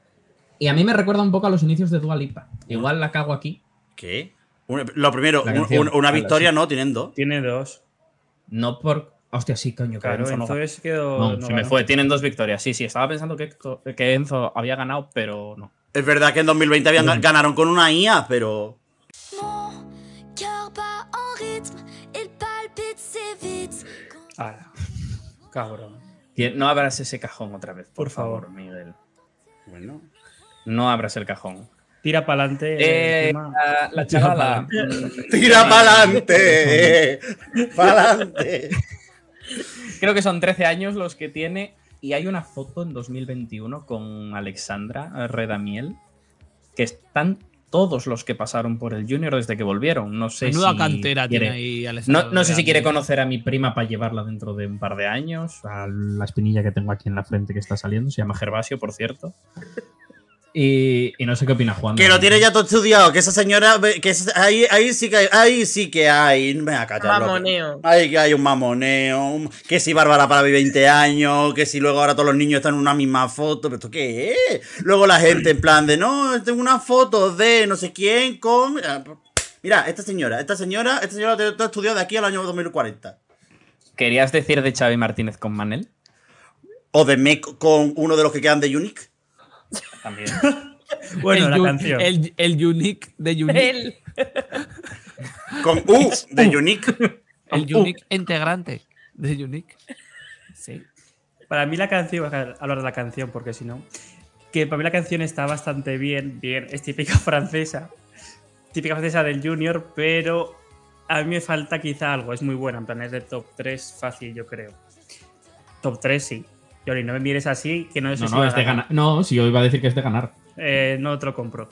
S2: Y a mí me recuerda un poco a los inicios de Dualipa. Igual la cago aquí.
S1: ¿Qué? Un- Lo primero,
S2: La
S1: un-
S2: canción.
S1: un- una
S2: Ala,
S1: victoria
S2: sí.
S1: no, tienen dos.
S3: Tiene dos.
S2: No por. Hostia, sí, coño, que
S3: Claro,
S2: Enzo no ganó.
S3: entonces quedó.
S2: No,
S3: no
S2: se me
S3: ganó.
S2: fue. Tienen dos victorias. Sí, sí, estaba pensando que, Héctor- que Enzo había ganado, pero no.
S1: Es verdad que en 2020 habían,
S2: Bueno.
S1: ganaron con una IA, pero.
S8: Mon cœur bat en rythme, il palpite si vite.
S3: Ala, Cabrón.
S2: Tien- No abras ese cajón otra vez, por,
S3: Por favor.
S2: favor, Miguel.
S1: Bueno.
S2: No abras el cajón.
S3: Tira para adelante.
S2: Eh, la, la chavala.
S1: ¡Tira pa'lante! ¡Pa'lante!
S2: Creo que son 13 años los que tiene. Y hay una foto en 2021 con Alexandra eh, Redamiel, que están todos los que pasaron por el Junior desde que volvieron. No sé
S5: Menuda
S2: si
S5: cantera
S2: quiere-
S5: tiene ahí Alessandro
S2: No, no sé si
S5: Grande.
S2: quiere conocer a mi prima para llevarla dentro de un par de años. A la espinilla que tengo aquí en la frente que está saliendo. Se llama Gervasio, por cierto. Y, y no sé qué opina Juan.
S1: Que lo tiene ya todo estudiado, que esa señora, ve- que esa- ahí, ahí sí que hay, ahí sí que hay, me ha callado.
S4: Mamoneo.
S1: Ahí que hay un mamoneo, un- que si Bárbara para 20 años, que si luego ahora todos los niños están en una misma foto, pero esto qué es? Luego la gente en plan de, no, tengo una foto de no sé quién con... Ah, Mira, esta señora, esta señora, esta señora te- te ha estudiado de aquí al año 2040.
S2: ¿Querías decir de Xavi Martínez con Manel?
S1: O de Meco con uno de los que quedan de Unique.
S2: También.
S3: Bueno,
S5: El
S3: la
S5: yu-
S3: canción.
S5: El, el unique de unique. El,
S4: Él.
S1: Con U de Unique.
S5: unique integrante de unique. Sí.
S3: Para mí la canción, voy a hablar de la canción porque si no, que para mí la canción está bastante bien, bien, es típica francesa, típica francesa del junior, pero a mí me falta quizá algo, es muy buena, en plan es de top 3 fácil yo creo. Top 3 sí. Yoli, no me mires así, que no sé
S2: No,
S3: si
S2: no,
S3: va a
S2: es de
S3: ganar.
S2: ganar. No, si yo iba a decir que es de ganar.
S3: Eh, no te lo compro.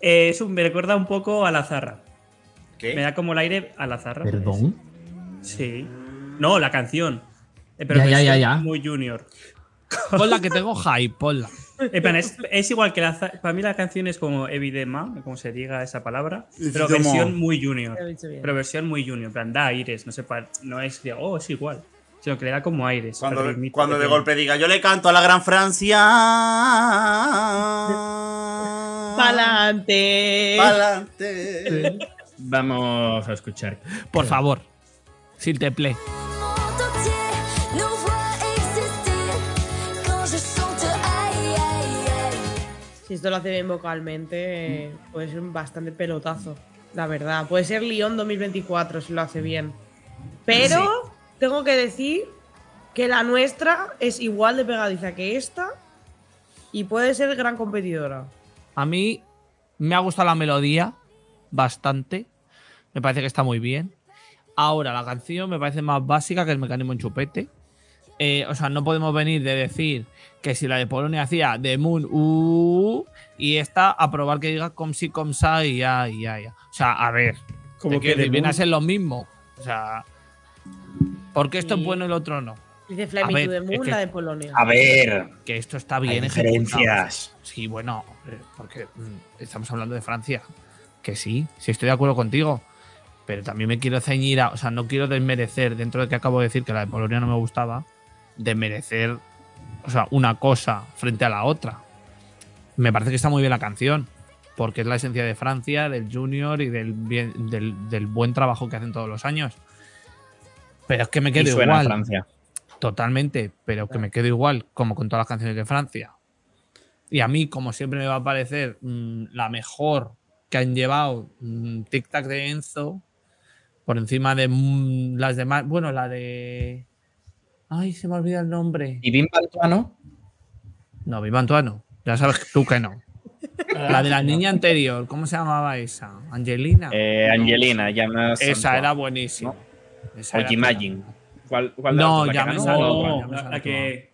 S3: Eh, es un- me recuerda un poco a la zarra, me
S1: ¿Qué?
S3: da como el aire a la zarra.
S2: Perdón.
S3: Sí. No, la canción. Eh, pero
S2: Ya,
S3: que
S2: ya,
S3: es
S2: ya, ya.
S3: muy junior.
S5: Ponla que tengo hype, ponla.
S3: En plan, es, es igual que la. za- Para mí la canción es como Evidema, como se diga esa palabra, pero
S1: como-
S3: versión muy
S4: Lo he
S3: junior.
S4: dicho bien.
S3: Pero versión muy junior, en plan, da aires, no, sé, pa- no es de, oh, es igual, sino que le da como aires.
S1: Cuando,
S3: al ritmito
S1: cuando
S3: que
S1: de
S3: tiene.
S1: golpe diga, yo le canto a la Gran Francia.
S4: Para Pa'lante.
S1: Pa'lante.
S2: Vamos a escuchar.
S5: Por favor, s'il te plaît.
S8: monde entier nous voit exister quand je sens te aïe aïe aïe.
S4: Si esto lo hace bien vocalmente, eh, puede ser un bastante pelotazo, la verdad. Puede ser Lyon 2024 si lo hace bien. Pero tengo que decir que la nuestra es igual de pegadiza que esta y puede ser gran competidora.
S5: A mí me ha gustado la melodía bastante. Me parece que está muy bien. Ahora, la canción me parece más básica que el mecanismo en chupete. Eh, o sea, no podemos venir de decir que si la de Polonia hacía The Moon uh, y esta a probar que diga com si com sa y ya, y ya, ya. O sea, a ver, te
S3: Como que
S5: quiero decir, viene a
S3: de
S5: ser lo mismo. O sea, porque esto
S4: Y-
S5: es bueno y lo otro no.
S4: Dice
S5: A
S4: Fly Me
S5: ver,
S4: to the
S5: es
S4: Moon,
S5: que-
S4: la de Polonia.
S9: A ver,
S5: Que esto está
S9: hay
S5: bien ejecutado.
S9: diferencias.
S5: Sí, bueno, eh, porque mm, estamos hablando de Francia. Que sí, sí estoy de acuerdo contigo. Pero también me quiero ceñir a. O sea, no quiero desmerecer, dentro de que acabo de decir que la de Polonia no me gustaba, desmerecer, o sea, una cosa frente a la otra. Me parece que está muy bien la canción. Porque es la esencia de Francia, del Junior y del, bien- del, del buen trabajo que hacen todos los años. Pero es que me
S2: Y
S5: quedo
S2: suena
S5: igual.
S2: Francia.
S5: Totalmente, pero que me quedo igual, como con todas las canciones de Francia. Y a mí, como siempre, me va a parecer mm, la mejor que han llevado mm, Tic Tac de Enzo por encima de mm, las demás. Bueno, la de. Ay, se me olvida el nombre.
S9: Y Bim Baltuano,
S5: No, Viva Antuano. Ya sabes tú que no. La de la niña anterior, ¿cómo se llamaba esa? Angelina.
S9: eh, Angelina, ya más.
S5: esa era buenísima. Esa
S9: O
S5: era
S9: Jimajin.
S2: ¿Cuál, cuál de las
S5: No,
S2: dos? ¿La que
S5: ya
S2: ganó?
S5: me sale.
S2: No,
S5: no,
S3: la,
S5: no,
S3: la
S5: no.
S3: que.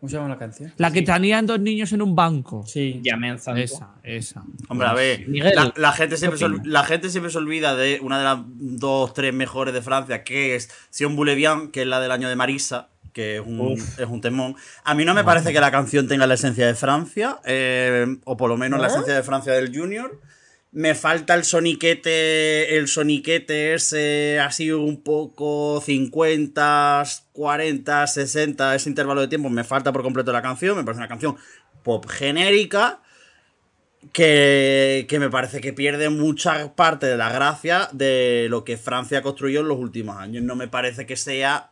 S3: ¿Cómo se llama la canción?
S5: La que tenían dos niños en un banco.
S3: Sí.
S2: Jamen Santo.
S5: Esa, esa.
S1: Hombre, a ver,
S9: Miguel,
S1: la, la gente siempre se, ol-
S9: opinas?
S1: la gente siempre se olvida de una de las dos, tres mejores de Francia, que es Sion Boulevian, que es la del año de Marisa, que es un, es un temón. A mí no me parece que la canción tenga la esencia de Francia, eh, o por lo menos la
S4: ¿No?
S1: esencia de Francia del Junior. Me falta el soniquete, el soniquete ese así un poco 50, 40, 60, ese intervalo de tiempo me falta por completo la canción, me parece una canción pop genérica que, que me parece que pierde mucha parte de la gracia de lo que Francia construyó en los últimos años. No me parece que sea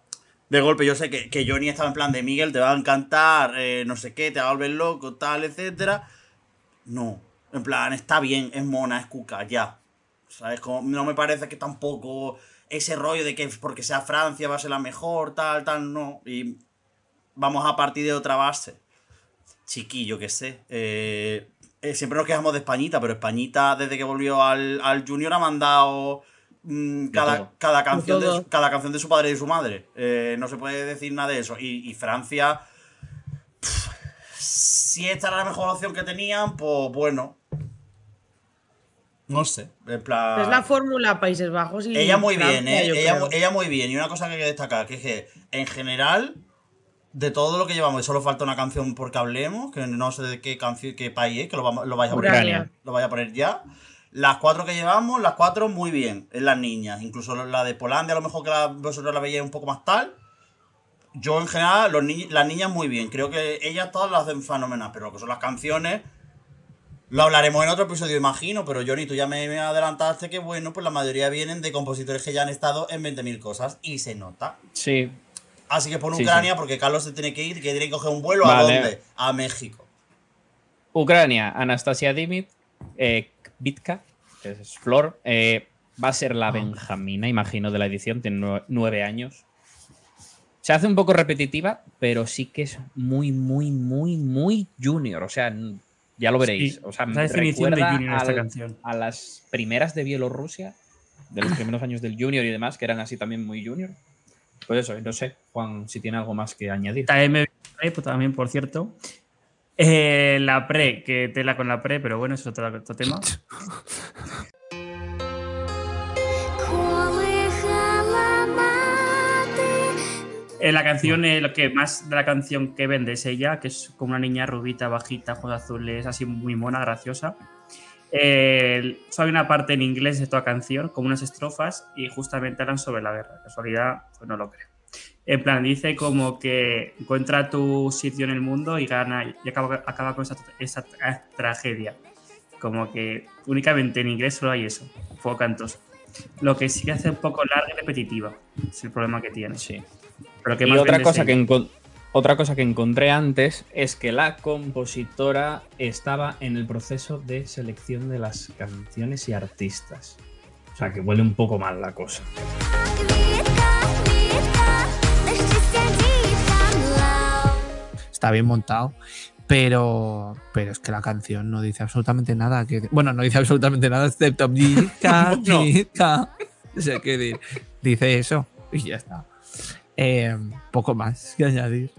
S1: de golpe. Yo sé que, que Johnny estaba en plan de Miguel, te va a encantar, eh, no sé qué, te va a volver loco, tal, etcétera. No, en plan, está bien, es mona, es cuca, ya. ¿Sabes? Como- no me parece que tampoco ese rollo de que porque sea Francia va a ser la mejor, tal, tal, no. Y vamos a partir de otra base chiquillo que sé. Eh, eh, siempre nos quejamos de Españita, pero Españita desde que volvió al, al Junior ha mandado mm, cada,
S2: todo.
S1: cada, canción de,
S4: todo.
S1: su- cada canción de su padre y de su madre. Eh, no se puede decir nada de eso. Y, y Francia, pff, si esta era la mejor opción que tenían, pues bueno. No sé. En plan...
S4: Pues Es la fórmula Países Bajos y.
S1: Ella muy
S4: Francia,
S1: bien, ¿eh?
S4: yo
S1: Ella,
S4: creo.
S1: mu- ella muy bien. Y una cosa que hay que destacar, que es que en general, de todo lo que llevamos, y solo falta una canción porque hablemos, que no sé de qué canción, qué país es, que lo, vamos- lo vais a poner,
S4: Ucrania.
S1: lo vais a poner ya. Las cuatro que llevamos, las cuatro muy bien, en las niñas. Incluso la de Polandia, a lo mejor que la- vosotros la veíais un poco más tal. Yo en general, los ni- las niñas muy bien. Creo que ellas todas las hacen fenomenal, pero lo que son las canciones, lo hablaremos en otro episodio, imagino, pero Johnny, tú ya me, me adelantaste que, bueno, pues la mayoría vienen de compositores que ya han estado en 20.000 cosas y se nota.
S2: Sí,
S1: Así que pon
S2: Sí,
S1: Ucrania porque Carlos se tiene que ir, que tiene que coger un vuelo
S2: Vale.
S1: a dónde? A México.
S2: Ucrania, Anastasia Dimit, eh, Vitka, que es Flor, eh, va a ser la Benjamina, imagino, de la edición, tiene nue- nueve años. Se hace un poco repetitiva, pero sí que es muy, muy, muy, muy junior. O sea, n- ya lo veréis.
S3: Sí,
S2: o sea,
S3: es
S2: me
S3: la definición de
S2: recuerda
S3: Junior esta
S2: al-
S3: canción.
S2: a las primeras de Bielorrusia, de los primeros años del junior y demás, que eran así también muy junior. Pues eso, no sé, Juan, si tiene algo más que añadir.
S3: Esta MV pre, pues, también, por cierto. Eh, la pre, que tela con la pre, pero bueno, eso es otro, otro tema.
S8: Колихала мати,
S3: Eh, la canción, eh, lo que más de la canción que vende es ella, que es como una niña rubita, bajita, ojos azules, así muy mona, graciosa. Eh, el- solo hay una parte en inglés de toda canción, como unas estrofas, y justamente hablan sobre la guerra. Casualidad, pues no lo creo. En plan, dice como que encuentra tu sitio en el mundo y gana y acaba, acaba con esa, esa, eh, tragedia. Como que únicamente en inglés solo hay eso, fuego cantos. Lo que sí que hace un poco larga y repetitiva. Es el problema que tiene.
S2: Sí.
S3: Pero que
S2: Y
S3: más
S2: otra
S3: vende
S2: cosa,
S3: es
S2: que
S3: ella.
S2: encon- otra cosa que encontré antes es que la compositora estaba en el proceso de selección de las canciones y artistas. O sea, que huele un poco mal la cosa.
S5: Está bien montado. Pero, pero es que la canción no dice absolutamente nada. Que, bueno, no dice absolutamente nada, excepto. "Yica,
S1: Bueno.
S5: yica". O sea, ¿qué dir? Dice eso y ya está. Eh, poco más que añadir.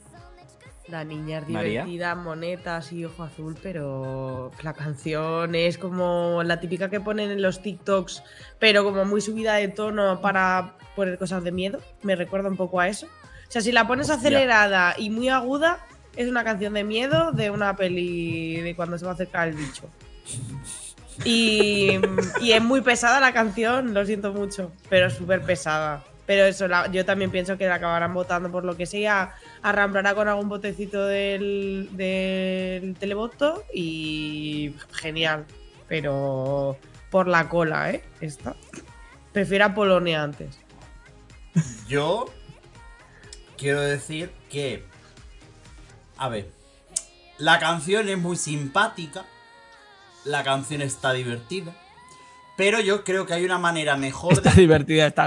S4: La niña es
S2: María.
S4: divertida, monetas y ojo azul, pero la canción es como la típica que ponen en los TikToks, pero como muy subida de tono para poner cosas de miedo. Me recuerda un poco a eso. O sea, si la pones
S2: Hostia.
S4: acelerada y muy aguda, es una canción de miedo de una peli de cuando se va a acercar el bicho. Y, y es muy pesada la canción, lo siento mucho, pero es súper pesada. Pero eso, la- yo también pienso que la acabarán votando por lo que sea, arrambrará con algún botecito del, del televoto y genial. Pero por la cola, ¿eh? Esta. Prefiero a Polonia antes.
S1: Yo quiero decir que. A ver. La canción es muy simpática. La canción está divertida. Pero yo creo que hay una manera mejor de
S5: Está divertida, está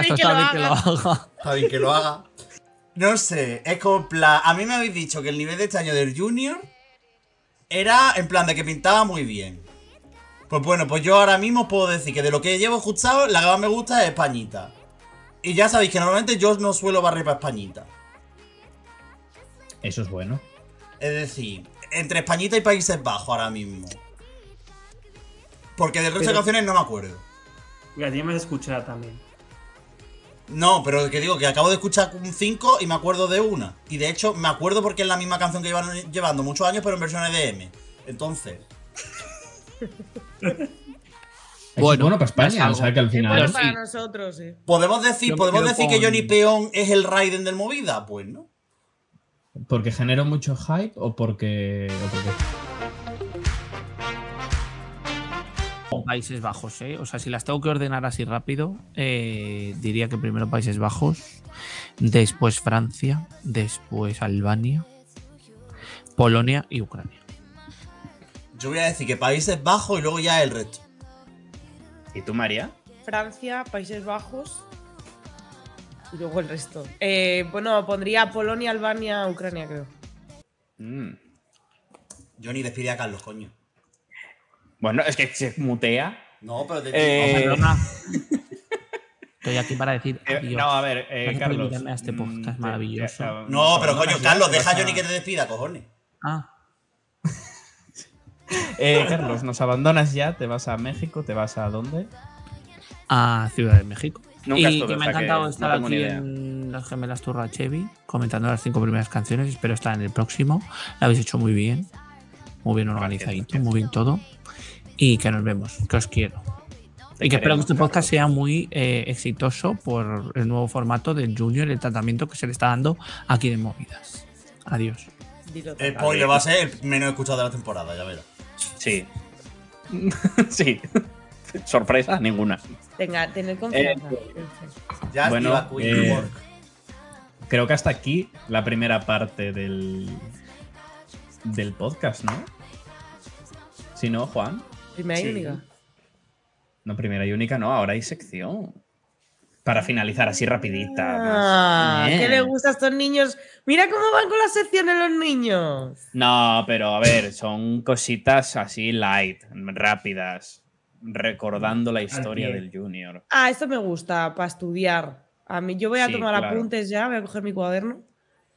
S4: Está bien
S5: Esto
S4: que lo
S5: está bien que lo haga.
S1: Está bien que lo haga. No sé, es como en plan. A mí me habéis dicho que el nivel de este año del Junior era en plan de que pintaba muy bien. Pues bueno, pues yo ahora mismo puedo decir que de lo que llevo escuchado, la que más me gusta es Españita. Y ya sabéis que normalmente yo no suelo barrer para Españita.
S2: Eso es bueno.
S1: Es decir, entre Españita y Países Bajos ahora mismo. Porque del resto de
S3: Pero-
S1: canciones no me acuerdo.
S3: La tenía más escuchada también.
S1: No, pero que digo que acabo de escuchar un 5 y me acuerdo de una. Y de hecho, me acuerdo porque es la misma canción que llevan llevando muchos años, pero en versiones de M. Entonces,
S2: Eso
S5: Bueno,
S2: es bueno para
S5: ya
S2: España.
S5: es
S2: O sea, que al
S4: Es
S2: final.
S4: bueno
S5: sí.
S4: para nosotros, ¿eh?
S1: ¿podemos decir,
S5: Yo me
S1: ¿podemos
S5: quedo
S1: decir que
S5: con-
S1: Johnny Peón es el Raiden del movida? Pues no.
S2: Porque generó mucho hype o porque. o porque-
S5: Países Bajos, ¿eh? O sea, si las tengo que ordenar así rápido, eh, diría que primero Países Bajos, después Francia, después Albania, Polonia y Ucrania.
S1: Yo voy a decir que Países Bajos y luego ya el resto.
S2: ¿Y tú, María?
S4: Francia, Países Bajos y luego el resto. Eh, bueno, pondría Polonia, Albania, Ucrania, creo.
S2: Mm.
S1: Johnny despide a Carlos, coño.
S2: Bueno, es que se mutea.
S1: No, pero de
S2: Eh,
S5: Perdona. Estoy aquí para decir
S2: Eh,
S5: adiós.
S2: no, a ver, eh,
S5: Gracias por
S2: Carlos.
S5: invitarme a este
S2: mm,
S5: podcast
S2: te- te-
S5: maravilloso.
S2: te-
S1: no,
S2: te
S1: pero
S2: abandonas
S1: coño,
S2: ya,
S1: Carlos,
S2: te
S1: deja a
S2: vas
S1: Johnny que te despida, cojones.
S5: Ah,
S2: Eh, Carlos, nos abandonas ya, te vas a México, te vas a dónde?
S5: a Ciudad de México.
S9: Nunca
S5: y
S9: estuve,
S5: que
S9: o sea
S5: me ha
S9: que
S5: encantado
S9: no
S5: estar
S9: tengo ni
S5: aquí
S9: idea.
S5: en las gemelas Turrachevi comentando las cinco primeras canciones. Espero estar en el próximo. Lo habéis hecho muy bien. Muy bien organizadito, muy bien todo. Y que nos vemos, que os quiero. Y que espero que
S9: queremos,
S5: este podcast sea muy eh, exitoso por el nuevo formato del Junior, el tratamiento que se le está dando aquí de movidas. Adiós.
S4: Dilo
S2: Eh,
S4: tú.
S1: Spoiler, Eh, pues, va a ser el menos escuchado de la temporada, ya verás.
S9: Sí. sí. Sorpresa, ninguna.
S4: Tenga, tener confianza.
S2: eh,
S1: Ya
S2: Bueno,
S1: activa Quick
S2: eh,
S1: Work.
S2: Creo que hasta aquí la primera parte del, del podcast, ¿no? Si no, Juan.
S4: Primera y
S1: Sí.
S4: única.
S2: No, primera y única, no, ahora hay sección. Para finalizar así rapidita.
S4: Ah,
S2: más.
S4: ¿Qué
S2: Bien.
S4: le gusta a estos niños? Mira cómo van con las secciones los niños.
S2: No, pero a ver, son cositas así light, rápidas, recordando la historia
S3: pie.
S2: del Junior.
S4: Ah, esto me gusta para estudiar. A mí, yo voy a
S2: Sí,
S4: tomar
S2: claro.
S4: apuntes ya, voy a coger mi cuaderno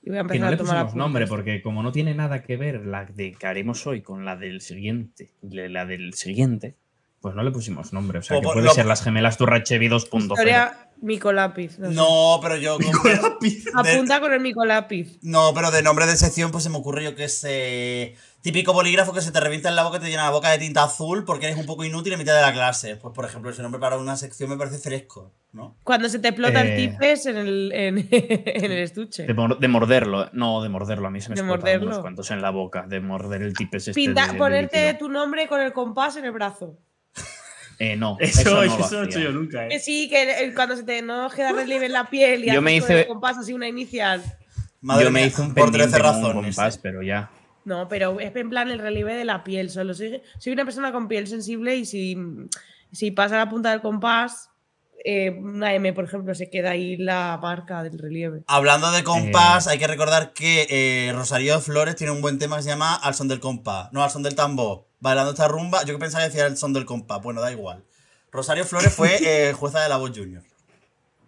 S4: y voy
S2: Que
S4: a empezar
S2: no le
S4: a tomar
S2: pusimos
S4: apuntes.
S2: nombre, porque como no tiene nada que ver la de que haremos hoy con la del siguiente, y la del siguiente, Pues no le pusimos nombre, o sea
S10: O
S2: que
S10: por-
S2: puede
S10: lo-
S2: ser las gemelas Turrachevi 2.0.
S4: Historia Micolápiz. No, sé.
S1: No, pero yo. como que- de-
S4: Apunta con el Micolápiz.
S1: no, pero de nombre de sección, pues se me ocurre yo que sé. Típico bolígrafo que se te revienta en la boca y te llena la boca de tinta azul porque eres un poco inútil en mitad de la clase. Pues, por ejemplo, ese nombre para una sección me parece fresco, ¿no?
S4: Cuando se te explota
S2: Eh.
S4: el tipes en el, en, en el estuche.
S2: De, mor- de morderlo, eh, no, de morderlo. A mí se me
S4: De
S2: explotaron unos
S4: morderlo.
S2: cuantos en la boca, de morder el tipes este.
S4: Pinta-
S2: de- de
S4: ponerte
S2: líquido.
S4: tu nombre con el compás en el brazo.
S2: Eh, no, eso,
S3: Eso,
S2: no
S3: eso,
S2: lo
S3: no he hecho
S2: hacía.
S3: yo nunca,
S4: Que
S3: ¿eh?
S4: sí, que eh, cuando se te no queda relieve en la piel y
S2: Yo
S4: haces
S2: me
S4: con el
S2: hice-
S4: compás así una inicial.
S1: Madre
S2: Yo me
S1: mía,
S2: hice un
S1: por 13
S2: pendiente con un
S1: razones.
S4: eh.
S2: compás, pero ya.
S4: No, pero es en plan el relieve de la piel solo. Soy, soy una persona con piel sensible y si, si pasa la punta del compás, eh, una M, por ejemplo, se queda ahí la marca del relieve.
S1: Hablando de
S2: Eh.
S1: compás, hay que recordar que eh, Rosario Flores tiene un buen tema que se llama Al son del compás. No, al son del tambor. Bailando esta rumba, yo que pensaba que decía el son del compás. Bueno, da igual. Rosario Flores fue eh, jueza de la Voz Junior.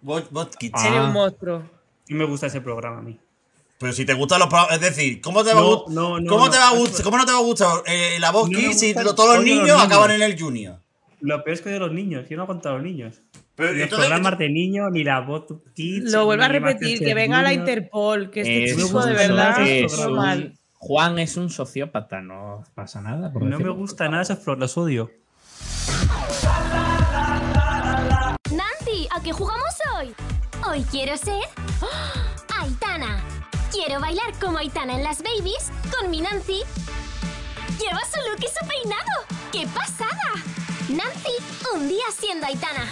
S1: Voz, Voz Kids.
S2: Ah.
S4: Eres un monstruo.
S3: Y me gusta ese programa a mí.
S1: Pero si te gustan los programas, es decir, ¿cómo te va a
S3: No,
S1: gustar?
S3: no, no,
S1: ¿Cómo
S3: no.
S1: te va a gustar? ¿Cómo no te va a gustar eh, la Voz
S3: No me
S1: Kids si
S3: gustan
S1: lo- todos los
S3: coño los
S1: niños,
S3: niños.
S1: acaban en el Junior?
S3: Lo peor es que de los niños, yo no he contado a los niños.
S1: Pero
S3: Ni los
S1: entonces-
S3: programas de niños, ni la Bot Kids.
S4: Lo vuelvo a
S3: ni
S4: repetir, que
S3: Masterchef
S4: venga la
S3: Junior.
S4: Interpol, que este
S2: Es
S4: chico de
S2: un-
S4: verdad
S2: es
S4: es
S2: un-
S4: mal.
S2: Juan es un sociópata, no pasa nada. por
S3: No me
S2: decirlo.
S3: gusta nada esas flores, los odio.
S8: Nancy, ¿a qué jugamos hoy? Hoy quiero ser ¡Ah! Aitana. Quiero bailar como Aitana en las babies con mi Nancy. Lleva su look y su peinado. ¡Qué pasada! Nancy, un día siendo Aitana.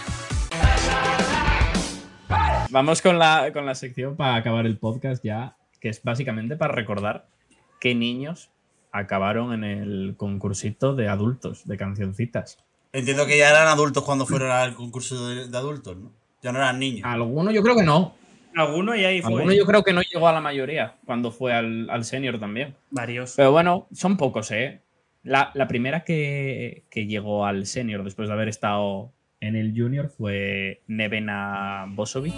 S2: Vamos con la, con la sección para acabar el podcast ya, que es básicamente para recordar qué niños acabaron en el concursito de adultos, de cancioncitas.
S1: Entiendo que ya eran adultos cuando fueron al concurso de, de adultos, ¿no? Ya no eran niños.
S2: Alguno yo creo que no.
S3: Alguno y ahí fue.
S2: Alguno yo creo que no llegó a la mayoría cuando fue al, al senior también.
S3: Varios.
S2: Pero bueno, son pocos, ¿eh? La, la primera que, que llegó al senior después de haber estado en el junior fue Nevena Bosovic,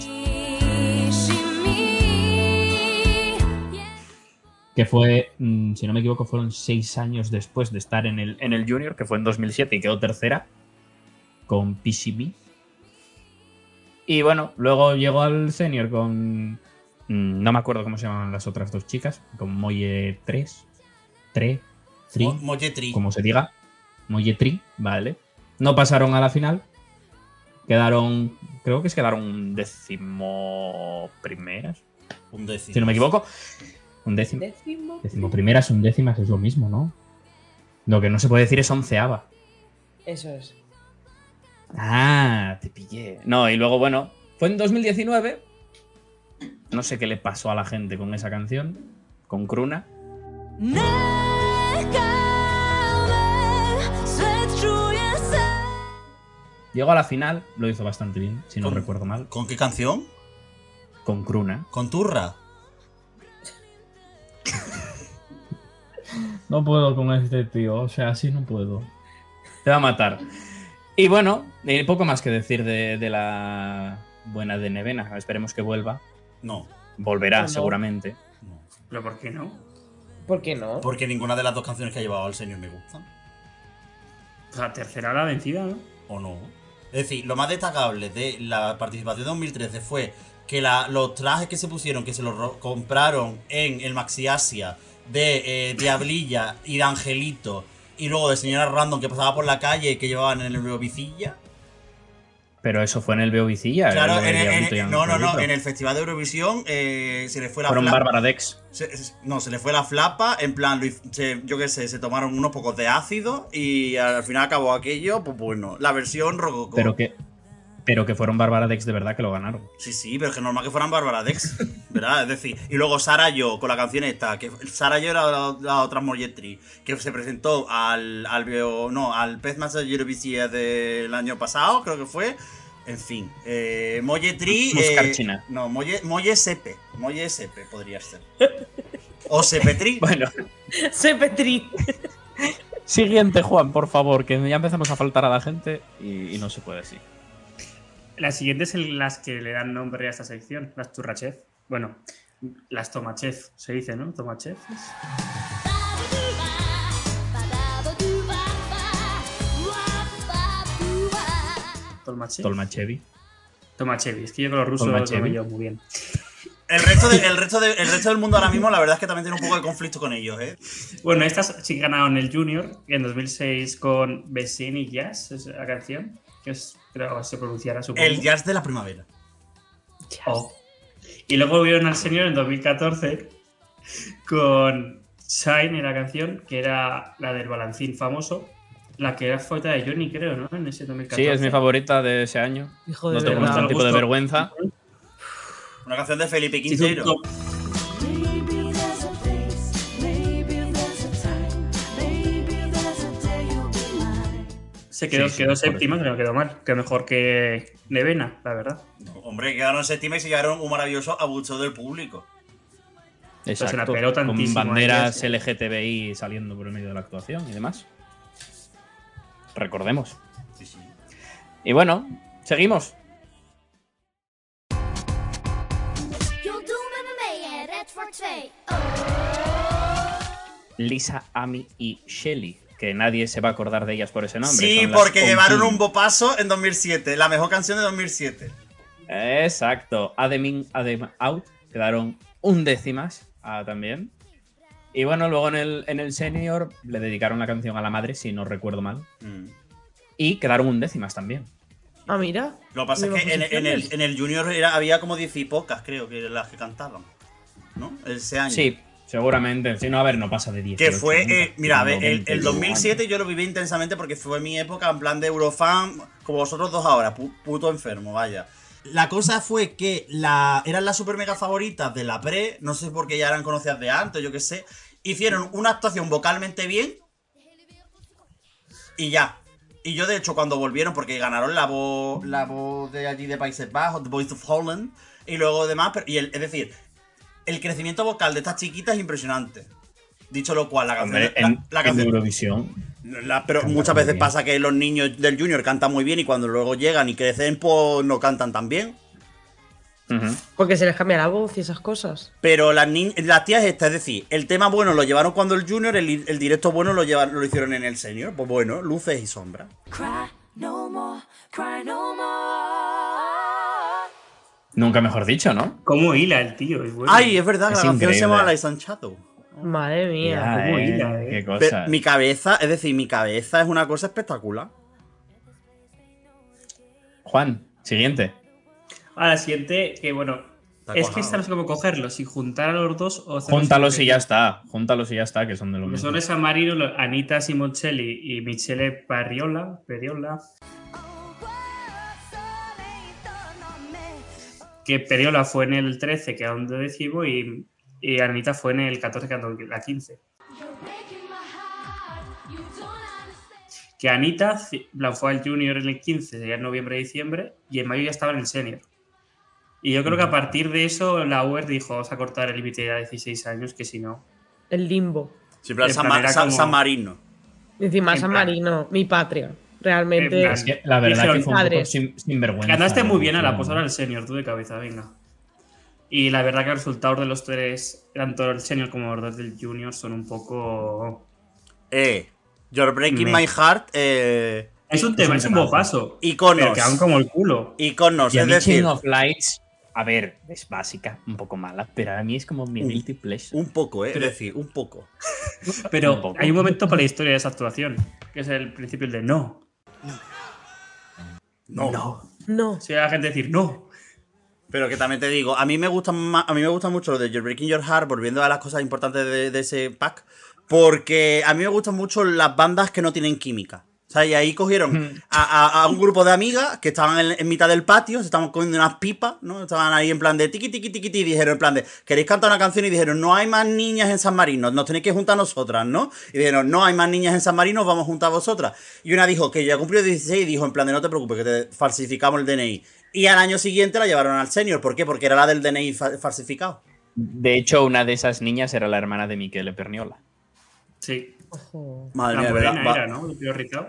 S2: que fue, mm, si no me equivoco, fueron seis años después de estar en el, en el junior, que fue en 2007 y quedó tercera con PCB. Y bueno, luego llegó al senior con... mm, No me acuerdo cómo se llamaban las otras dos chicas, con Moye 3, 3, 3
S1: Mo- Molletri.
S2: como se diga, Molletri, ¿vale? No pasaron a la final. Quedaron, creo que se quedaron décimo primeras,
S1: Un décimo.
S2: si no me equivoco. Un décimo,
S4: Décimo.
S2: décimo primeras, un décimas es lo mismo, ¿no? Lo que no se puede decir es onceava.
S4: Eso es.
S2: Ah, te pillé. No, y luego, bueno, fue en 2019. No sé qué le pasó a la gente con esa canción, con Cruna. Llegó a la final, lo hizo bastante bien, si no
S1: Con-
S2: recuerdo mal,
S1: ¿Con qué canción?
S2: con Cruna.
S1: ¿Con Turra?
S2: No puedo con este tío, o sea, así no puedo. Te va a matar. Y bueno, eh, poco más que decir de, de la buena de Nevena. Esperemos que vuelva.
S1: No,
S2: Volverá,
S4: Bueno.
S2: seguramente.
S1: no.
S3: Pero ¿por qué no?
S4: ¿Por qué no?
S1: Porque ninguna de las dos canciones que ha llevado al señor me gustan.
S3: O sea, tercera la vencida, ¿no?
S1: ¿O no? Es decir, lo más destacable de la participación de 2013 fue que la- los trajes que se pusieron, que se los ro- compraron en el Maxi Asia de eh, Diablilla y de Angelito, y luego de señora random que pasaba por la calle y que llevaban en el
S2: Eh,
S1: Eurovicilla.
S2: Pero eso fue en el Beovicilla.
S1: Claro,
S2: el de
S1: en el- en
S2: Diablito y
S1: el- no, no, no,
S2: Angelito.
S1: en el Festival de Eurovisión eh, se le fue la
S2: Fueron
S1: flapa.
S2: Bárbara Dex.
S1: Se- se- no, se le fue la flapa, en plan, lo hif- se- yo qué sé, se tomaron unos pocos de ácido y al final acabó aquello, pues bueno, la versión rococó.
S2: Pero que, pero que fueron Bárbara Dex de verdad que lo ganaron.
S1: Sí, sí, pero es que normal que fueran Bárbara Dex, ¿verdad? Es decir, y luego Sara Yo con la canción esta, que Sara Yo era la, la otra Molletri, que se presentó al, al, bio- no, al Pez Master Eurovisión del año pasado, creo que fue. En fin, eh, Molletri.
S2: Buscar
S1: eh,
S2: China.
S1: No, Molle, Molle Sepe, Molle Sepe podría ser. O Sepetri.
S2: Bueno,
S4: Se petri.
S2: siguiente, Juan, por favor, que ya empezamos a faltar a la gente y, y no se puede así.
S3: Las siguientes son las que le dan nombre a esta sección, las Turrachef. Bueno, las Tomachef, se dice, ¿no? Tomachef.
S8: Ba-ba-doo-ba, ba-ba-ba-doo-ba-ba, wah,
S3: Tolmachev.
S2: Tolmachevi.
S3: Tomachevi, es que yo con los rusos
S2: Tolmachevi.
S3: lo me llevo muy bien.
S1: El resto, de- el, resto de- el resto del mundo ahora mismo, la verdad es que también tiene un poco de conflicto con ellos, ¿eh?
S3: Bueno, estas sí que ganaron el Junior en 2006 con Bessin y Jazz, es la canción, que es, creo que se pronunciará supongo.
S1: El jazz de la primavera.
S3: Oh. Y luego volvieron al Senior en 2014 con Shine, la canción, que era la del balancín famoso, la que era foto de Johnny, creo, ¿no? En ese 2014.
S2: Sí, es mi favorita de ese año.
S4: Hijo de
S2: no tengo
S4: verdad.
S2: ningún tipo de vergüenza.
S1: Una canción de Felipe
S3: Sí, es un
S1: Quintero.
S3: top. Se quedó,
S2: Sí, sí,
S3: quedó
S2: por
S3: séptima, pero quedó mal. Quedó mejor que Nevena, la verdad.
S1: Hombre, quedaron séptima y se llevaron un maravilloso abuso del público.
S4: Pues
S3: la
S2: Exacto.
S3: pelota
S2: Con
S4: ¿eh?
S3: tantísimo,
S2: banderas
S3: ahí,
S2: LGTBI saliendo por el medio de la actuación y demás. Recordemos.
S1: Sí, sí.
S2: Y bueno, seguimos.
S8: Yo doe met me mee, hè. Red voor twee.
S2: Lisa, Ami y Shelly. Que nadie se va a acordar de ellas por ese nombre.
S1: Sí,
S2: son las
S1: porque llevaron
S2: Onkin.
S1: un bopaso en 2007, la mejor canción de 2007.
S2: Exacto. Ademin, Adem Out quedaron undécimas ah, también. Y bueno, luego en el, en el senior le dedicaron la canción a la madre, si no recuerdo mal.
S1: Mm.
S2: Y quedaron undécimas también.
S4: Ah, mira.
S1: Lo que pasa es
S4: Mismas
S1: que en, en el,
S4: posiciones.
S1: en el Junior era- había como 10 y pocas, creo, que eran las que cantaban. ¿No? Ese año.
S2: Sí, seguramente. Si no, a ver, no pasa de 10.
S1: Que fue, eh, mira, a ver, el, el 2007 yo lo viví intensamente porque fue mi época en plan de Eurofan, como vosotros dos ahora, pu- puto enfermo, vaya. La cosa fue que la, eran las super mega favoritas de la pre, no sé por qué ya eran conocidas de antes, yo qué sé. Hicieron una actuación vocalmente bien y ya. Y yo, de hecho, cuando volvieron, porque ganaron la voz, la voz de allí de Países Bajos, The Voice of Holland, y luego demás, pero, y el- es decir, el crecimiento vocal de estas chiquitas es impresionante. Dicho lo cual, la canción.
S2: Hombre,
S1: la-
S2: en,
S1: la
S2: en
S1: canción-
S2: Eurovisión.
S1: la- pero
S2: Cantan
S1: muchas
S2: muy
S1: veces
S2: bien.
S1: pasa que los niños del junior cantan muy bien y cuando luego llegan y crecen, pues no cantan tan bien.
S2: Ujú.
S4: Porque se les cambia la voz y esas cosas.
S1: Pero las, ni- las tías estas, es decir, el tema bueno lo llevaron cuando el junior, el, el directo bueno lo, llevaron, lo hicieron en el senior. Pues bueno, luces y sombras.
S2: Nunca mejor dicho, ¿no?
S3: ¿Cómo hila el tío? Es bueno.
S1: Ay, es verdad,
S2: Pues Es
S1: la canción se
S2: increíble.
S1: llama Lights and Shadow.
S4: Madre mía.
S2: Ya,
S3: cómo
S2: eh,
S3: hila, eh.
S2: Qué
S1: Pero
S2: cosa.
S1: mi cabeza, es decir, mi cabeza es una cosa espectacular.
S2: Juan, siguiente.
S3: A Ah, la siguiente, que bueno,
S1: Está
S3: es que
S1: cuajado.
S3: esta no sé cómo cogerlos, si juntar a los dos o hacerlos
S2: Júntalos y ya
S3: separado.
S2: está. Júntalos y ya está, que son de lo
S3: Los
S2: mismo.
S3: hombres amarillos, Anita Simoncelli y Michele Parriola, Periola, que Periola fue en el 13, quedando décimo, y, y Anita fue en el 14, quedando la 15. Que Anita ci- la fue al junior en el 15, sería en noviembre, diciembre, y en mayo ya estaba en el senior. Y yo creo que a partir de eso la UER dijo, vamos a cortar el límite a 16 años, que si no...
S4: El limbo.
S1: Siempre
S3: En
S1: San,
S3: plan,
S1: Ma-
S3: era
S1: San-
S3: como-
S1: San Marino.
S4: Encima
S3: En
S4: San
S3: plan-
S4: Marino, mi patria. Realmente.
S3: En
S2: Es que la verdad
S3: Dijeron,
S2: que fue un poco
S4: "Padres,
S2: sin, sinvergüenza.
S3: Ganaste muy
S2: ¿no?
S3: bien a
S2: Sí.
S3: la posada del senior, tú de cabeza, venga. Y la verdad que los resultados de los tres, tanto el senior como los dos del junior, son un poco...
S1: Eh, You're Breaking
S3: Me-
S1: My Heart, eh,
S3: Es un tema,
S2: un
S3: es un
S2: temazo.
S3: bopazo. Pero
S1: iconos.
S3: quedan como el culo.
S1: Iconos,
S2: Y a
S1: es
S2: mí
S1: decir,
S2: Chain of Lights, a ver, es básica, un poco mala, pero a mí es como mi
S1: Un-
S2: guilty pleasure.
S1: un poco, eh, es decir, un poco.
S2: Un
S3: Pero
S2: poco.
S3: hay un momento para la historia de esa actuación, que es el principio el de no.
S1: No.
S4: No.
S3: Se oye a la gente decir no.
S1: Pero que también te digo, a mí me gusta ma- a mí me gusta mucho lo de You're Breaking Your Heart, volviendo a las cosas importantes de, de ese pack, porque a mí me gustan mucho las bandas que no tienen química. O sea, y ahí cogieron a, a- a un grupo de amigas que estaban en, en mitad del patio, se estaban comiendo unas pipas, ¿no? Estaban ahí en plan de tiqui, tiqui, tiqui, tiqui, y dijeron en plan de, ¿queréis cantar una canción? Y dijeron, no hay más niñas en San Marino, nos tenéis que juntar nosotras, ¿no? Y dijeron, no hay más niñas en San Marino, os vamos a juntar a vosotras. Y una dijo, que ya cumplió 16, y dijo en plan de, no te preocupes, que te falsificamos el DNI. Y al año siguiente la llevaron al senior, ¿por qué? Porque era la del DNI fa- falsificado.
S2: De hecho, una de esas niñas era la hermana de Miquel Perniola.
S3: Sí.
S4: Ojo.
S1: Madre
S3: la
S1: mía, de
S3: morena
S1: ¿verdad? va-
S3: era, ¿no? El tío rizado.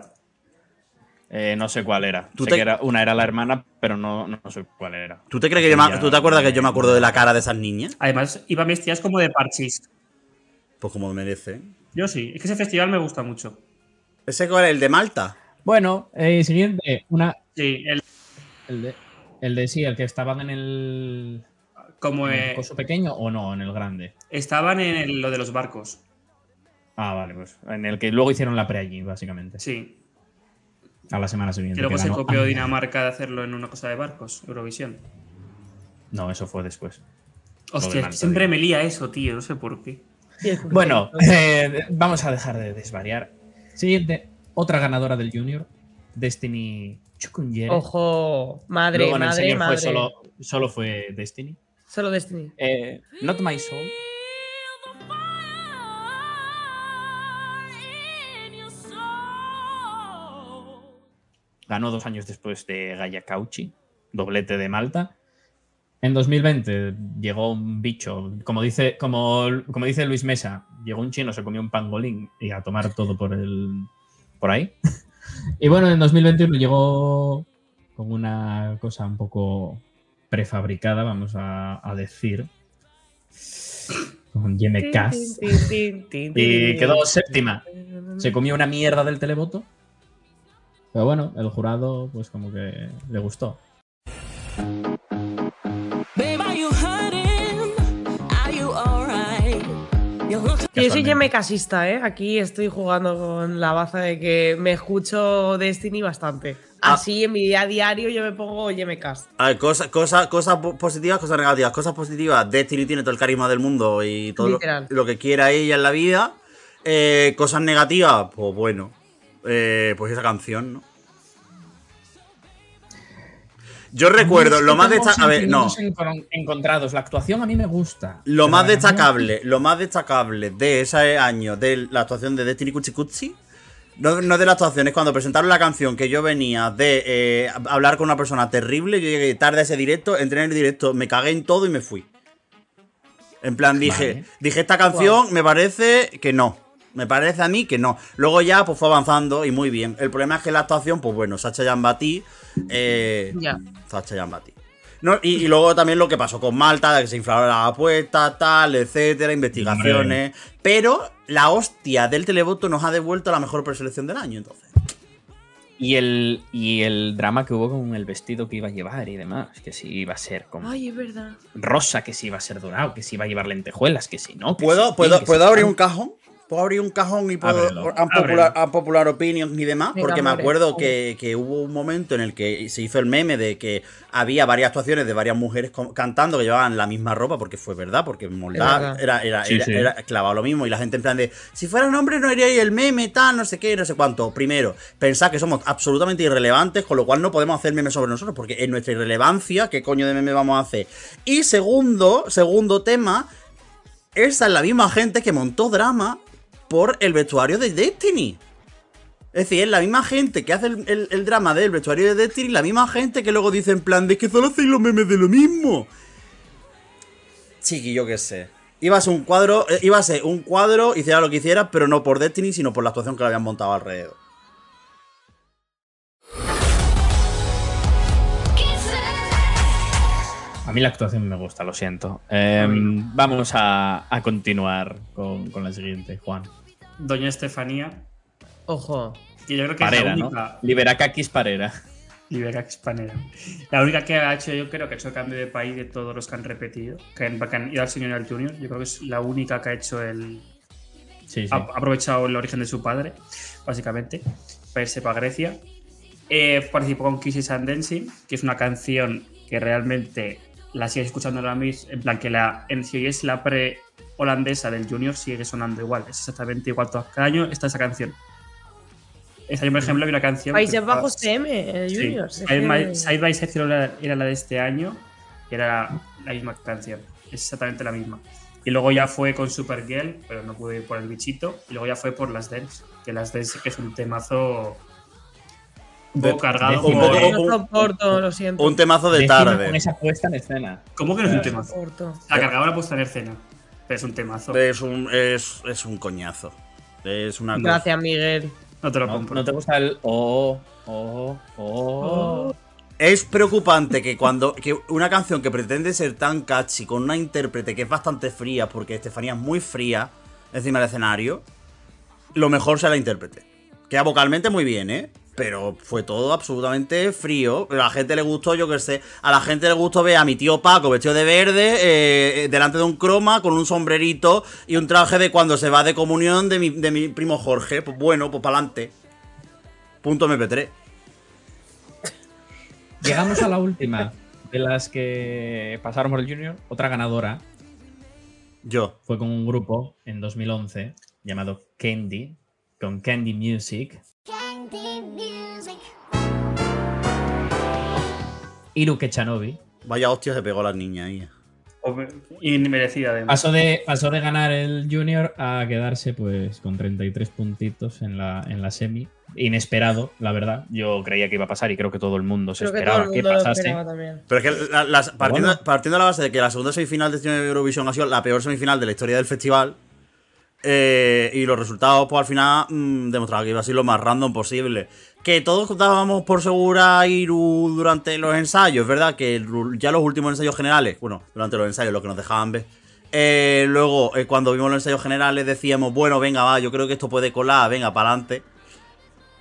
S2: Eh, no sé cuál era.
S1: Tú
S2: Sé
S1: te-
S2: que era- una era la hermana, pero no, no sé cuál era.
S1: ¿Tú te crees que yo me,
S2: Ya.
S1: ¿Tú te acuerdas que yo me acuerdo de la cara de esas niñas?
S3: Además, iban vestidas como de parchís.
S1: Pues como merece.
S3: Yo sí, es que ese festival me gusta mucho.
S1: ¿Ese cuál es? ¿El de Malta?
S2: Bueno, eh, siguiente. Una,
S3: Sí, el
S2: El de, el de sí, el que estaban en el.
S3: Como
S2: en el
S3: eh,
S2: coso pequeño o no, en el grande.
S3: estaban en el- lo de los barcos.
S2: Ah, vale, pues. En el que luego hicieron la pre allí, básicamente.
S3: Sí.
S2: A la semana siguiente.
S3: Que luego
S2: que
S3: se
S2: ganó
S1: Ah,
S3: copió
S2: Andorra.
S3: Dinamarca de hacerlo en una cosa de barcos, Eurovisión.
S2: No, eso fue después. Lo de
S3: Hostia,
S2: Malta,
S3: siempre
S2: digo.
S3: me lía eso, tío, no sé por qué.
S2: Bueno, eh, vamos a dejar de desvariar. Siguiente, otra ganadora del Junior, Destiny Chukunyere.
S4: Ojo, madre,
S2: Luego en el
S4: madre,
S2: senior
S4: madre.
S2: Fue solo, solo fue Destiny.
S4: Solo Destiny.
S2: Eh, Not My Soul. Ganó dos años después de Gaia Cauchi, doblete de Malta. En 2020 llegó un bicho, como dice, como, como dice Luis Mesa, llegó un chino, se comió un pangolín y a tomar todo por el por ahí. Y bueno, en 2021 llegó con una cosa un poco prefabricada, vamos a, a decir, con YMKs. Y quedó séptima. Se comió una mierda del televoto. Pero bueno, el jurado, pues como que le gustó.
S11: Babe, are you hurting? Are you alright? You're looking
S4: Que Yo soy me casista, ¿eh? Aquí estoy jugando con la baza de que me escucho Destiny bastante. Así en mi día a diario yo me pongo YMKs.
S1: A ver, cosas, cosas, cosas po- positivas, cosas negativas. Cosas positivas, Destiny tiene todo el carisma del mundo y todo lo,
S4: Literal.
S1: lo que quiera ella en la vida. Eh, cosas negativas, pues bueno. eh, pues esa canción, ¿no? Yo recuerdo, lo más
S2: destacable.
S1: destacable. A ver, no.
S2: Encontrados, la actuación a mí me gusta.
S1: Lo
S2: Pero
S1: más
S2: la
S1: destacable, lo más destacable de ese año de la actuación de Destiny Cuchicuchi, no, no de la actuación, es cuando presentaron la canción que yo venía de eh, hablar con una persona terrible, yo llegué tarde a ese directo, entré en el directo, me cagué en todo y me fui. En plan, dije,
S2: Vale.
S1: dije esta canción, me parece que no. Me parece a mí que no. Luego ya pues fue avanzando y muy bien. El problema es que la actuación, pues bueno, Sacha Yambati, eh,
S4: Ya.
S1: Sacha Yambati. No, y, y luego también lo que pasó con Malta, que se inflaron las apuestas, tal, etcétera, investigaciones. Pero la hostia del televoto nos ha devuelto la mejor preselección del año, entonces.
S2: Y el, y el drama que hubo con el vestido que iba a llevar y demás, que si iba a ser como
S4: Ay, es verdad.
S2: rosa, que si iba a ser dorado, que si iba a llevar lentejuelas, que si no. que si
S1: ¿Puedo,
S2: sí,
S1: puedo,
S2: que
S1: ¿puedo
S2: si
S1: abrir
S2: no.
S1: un cajón? ¿Puedo abrir un cajón y puedo
S2: Ábrelo,
S1: a popular,
S2: ábrelo.
S1: a popular opinions y demás?
S4: Venga,
S1: Porque me
S4: amores,
S1: acuerdo que, que hubo un momento en el que se hizo el meme de que había varias actuaciones de varias mujeres co- cantando que llevaban la misma ropa, porque fue verdad, porque en Moldavia
S4: verdad.
S1: era, era,
S2: Sí,
S1: era-
S2: sí.
S1: era clavado lo mismo. Y la gente en plan de, si fuera un hombre no iría ahí el meme, tal, no sé qué, no sé cuánto. Primero, pensad que somos absolutamente irrelevantes, con lo cual no podemos hacer memes sobre nosotros, porque en nuestra irrelevancia, ¿qué coño de meme vamos a hacer? Y segundo, segundo tema, esa es la misma gente que montó drama por el vestuario de Destiny. Es decir, es la misma gente que hace el, el- el drama del vestuario de Destiny, la misma gente que luego dice en plan de "Es que solo hacéis los memes de lo mismo. Chiqui, yo qué sé. Iba a ser un cuadro, eh, iba a ser un cuadro, hiciera lo que hiciera, pero no por Destiny, sino por la actuación que le habían montado alrededor.
S2: A mí la actuación me gusta, lo siento. Eh, vamos a, a continuar con, con la siguiente, Juan.
S3: Doña Estefanía,
S4: Ojo.
S3: que yo creo que
S2: Parera,
S3: es la
S2: ¿no?
S3: única.
S2: Liberakakis Parera.
S3: Libera Expanera. La única que ha hecho, yo creo que ha hecho el cambio de país de todos los que han repetido, que han, que han ido al senior y al junior. Yo creo que es la única que ha hecho el.
S2: Sí, sí.
S3: Ha ha aprovechado el origen de su padre, básicamente, para irse para Grecia. Eh, participó con Kisses and Dancing, que es una canción que realmente la sigues escuchando ahora mismo. En plan, que la, en, si es la pre-holandesa del Junior, sigue sonando igual. Es exactamente igual. Todo cada año está esa canción. Este
S2: Mm.
S3: año, por ejemplo, había una canción.
S4: Países
S3: que-
S4: Bajos eh, CM, el
S3: Sí,
S4: Juniors.
S3: Side by, Side by Side creo que era, era la de este año, que era la misma canción, es exactamente la misma. Y luego ya fue con Supergirl, pero no pude ir por el bichito. Y luego ya fue por Las Dance, que Las Dance sí que es un temazo un poco cargado.
S1: un
S3: por-
S1: poco-
S4: No soporto, lo siento.
S1: Un temazo de
S2: Decima
S1: tarde.
S2: Con esa puesta en escena.
S3: ¿Cómo que no es un
S4: No
S3: temazo?
S4: soporto.
S3: La cargaba la puesta en escena, pero es un temazo.
S1: Es un, es, es un coñazo. Es una cosa.
S4: Gracias, Miguel.
S3: No te lo
S2: No,
S3: compro.
S2: no te gusta el oh, oh, oh.
S1: Es preocupante que cuando que una canción que pretende ser tan catchy con una intérprete que es bastante fría, porque Estefanía es muy fría encima del escenario, lo mejor sea la intérprete. Queda vocalmente muy bien, ¿eh? pero fue todo absolutamente frío. Pero a la gente le gustó, yo qué sé, a la gente le gustó ver a mi tío Paco vestido de verde, eh, eh, delante de un croma, con un sombrerito y un traje de cuando se va de comunión de mi, de mi primo Jorge. Pues bueno, pues para adelante. Punto MP3.
S2: Llegamos a la última de las que pasaron por el Junior. Otra ganadora.
S1: Yo.
S2: Fue con un grupo en 2011 llamado Candy, con Candy Music. Iruke Chanobi.
S1: Vaya hostia se pegó a las niñas ahí.
S3: Inmerecida, además.
S2: Pasó de, pasó de ganar el Junior a quedarse pues con 33 puntitos en la, en la semi. Inesperado, la verdad. Yo creía que iba a pasar y creo que todo el mundo se
S4: Creo que
S2: esperaba
S4: todo el
S2: que
S4: mundo lo
S2: pasase.
S4: esperaba también.
S1: Pero es que la- las- partiendo,
S2: bueno.
S1: partiendo de la base de que la segunda semifinal de este año de Eurovisión ha sido la peor semifinal de la historia del festival. eh, y los resultados, pues al final, mm, demostraban que iba a ser lo más random posible. Que todos dábamos por segura a Iru durante los ensayos, es verdad que el- ya los últimos ensayos generales, bueno, durante los ensayos, lo que nos dejaban ver. eh, luego, eh, cuando vimos los ensayos generales, decíamos, bueno, venga, va, yo creo que esto puede colar, venga, para adelante.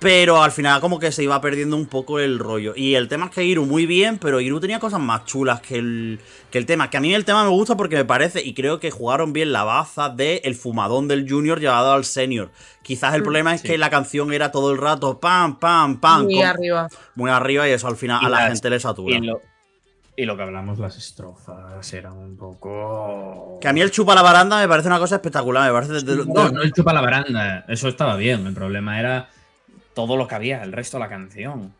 S1: Pero al final como que se iba perdiendo un poco el rollo. Y el tema es que Iru muy bien, pero Iru tenía cosas más chulas que el, que el tema. Que a mí el tema me gusta porque me parece, y creo que jugaron bien la baza de el fumadón del junior llevado al senior. Quizás el
S4: Mm.
S1: problema es
S4: Sí.
S1: que la canción era todo el rato pam, pam, pam.
S4: Muy
S1: con-
S4: arriba.
S1: Muy arriba y eso al final
S2: Y
S1: a la
S2: las-
S1: gente le satura.
S2: y lo- Y lo que hablamos, las estrofas eran un poco.
S1: Que a mí el chupa la baranda me parece una cosa espectacular. Me parece de- de-
S2: No, no el chupa la baranda. Eso estaba bien. El problema era todo lo que había, el resto de la canción.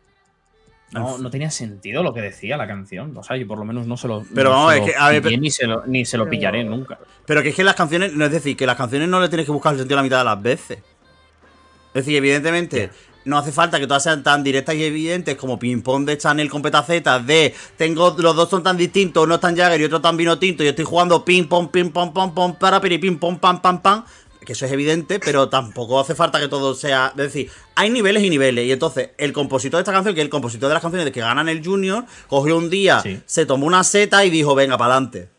S2: No, no tenía sentido lo que decía la canción. O sea, yo por lo menos no se lo.
S1: Pero
S2: no
S1: vamos,
S2: se
S1: es
S2: lo
S1: que, a ver,
S2: pillé
S1: pero-
S2: ni se lo, ni se lo
S1: Pero-
S2: pillaré nunca.
S1: Pero que es que las canciones, no es decir, que las canciones no le tienes que buscar el sentido la mitad de las veces. Es decir, evidentemente, no hace falta que todas sean tan directas y evidentes como ping-pong de Chanel con petacetas, de tengo, los dos son tan distintos, uno es tan Jagger y otro tan vino tinto, y estoy jugando ping-pong, ping-pong, pong-pong, para, piri, ping-pong, pam, pam, pam. Que eso es evidente, pero tampoco hace falta que todo sea. Es decir, hay niveles y niveles. Y entonces, el compositor de esta canción, que es el compositor de las canciones que ganan el Junior, cogió un día, se tomó una seta y dijo: Venga, para adelante.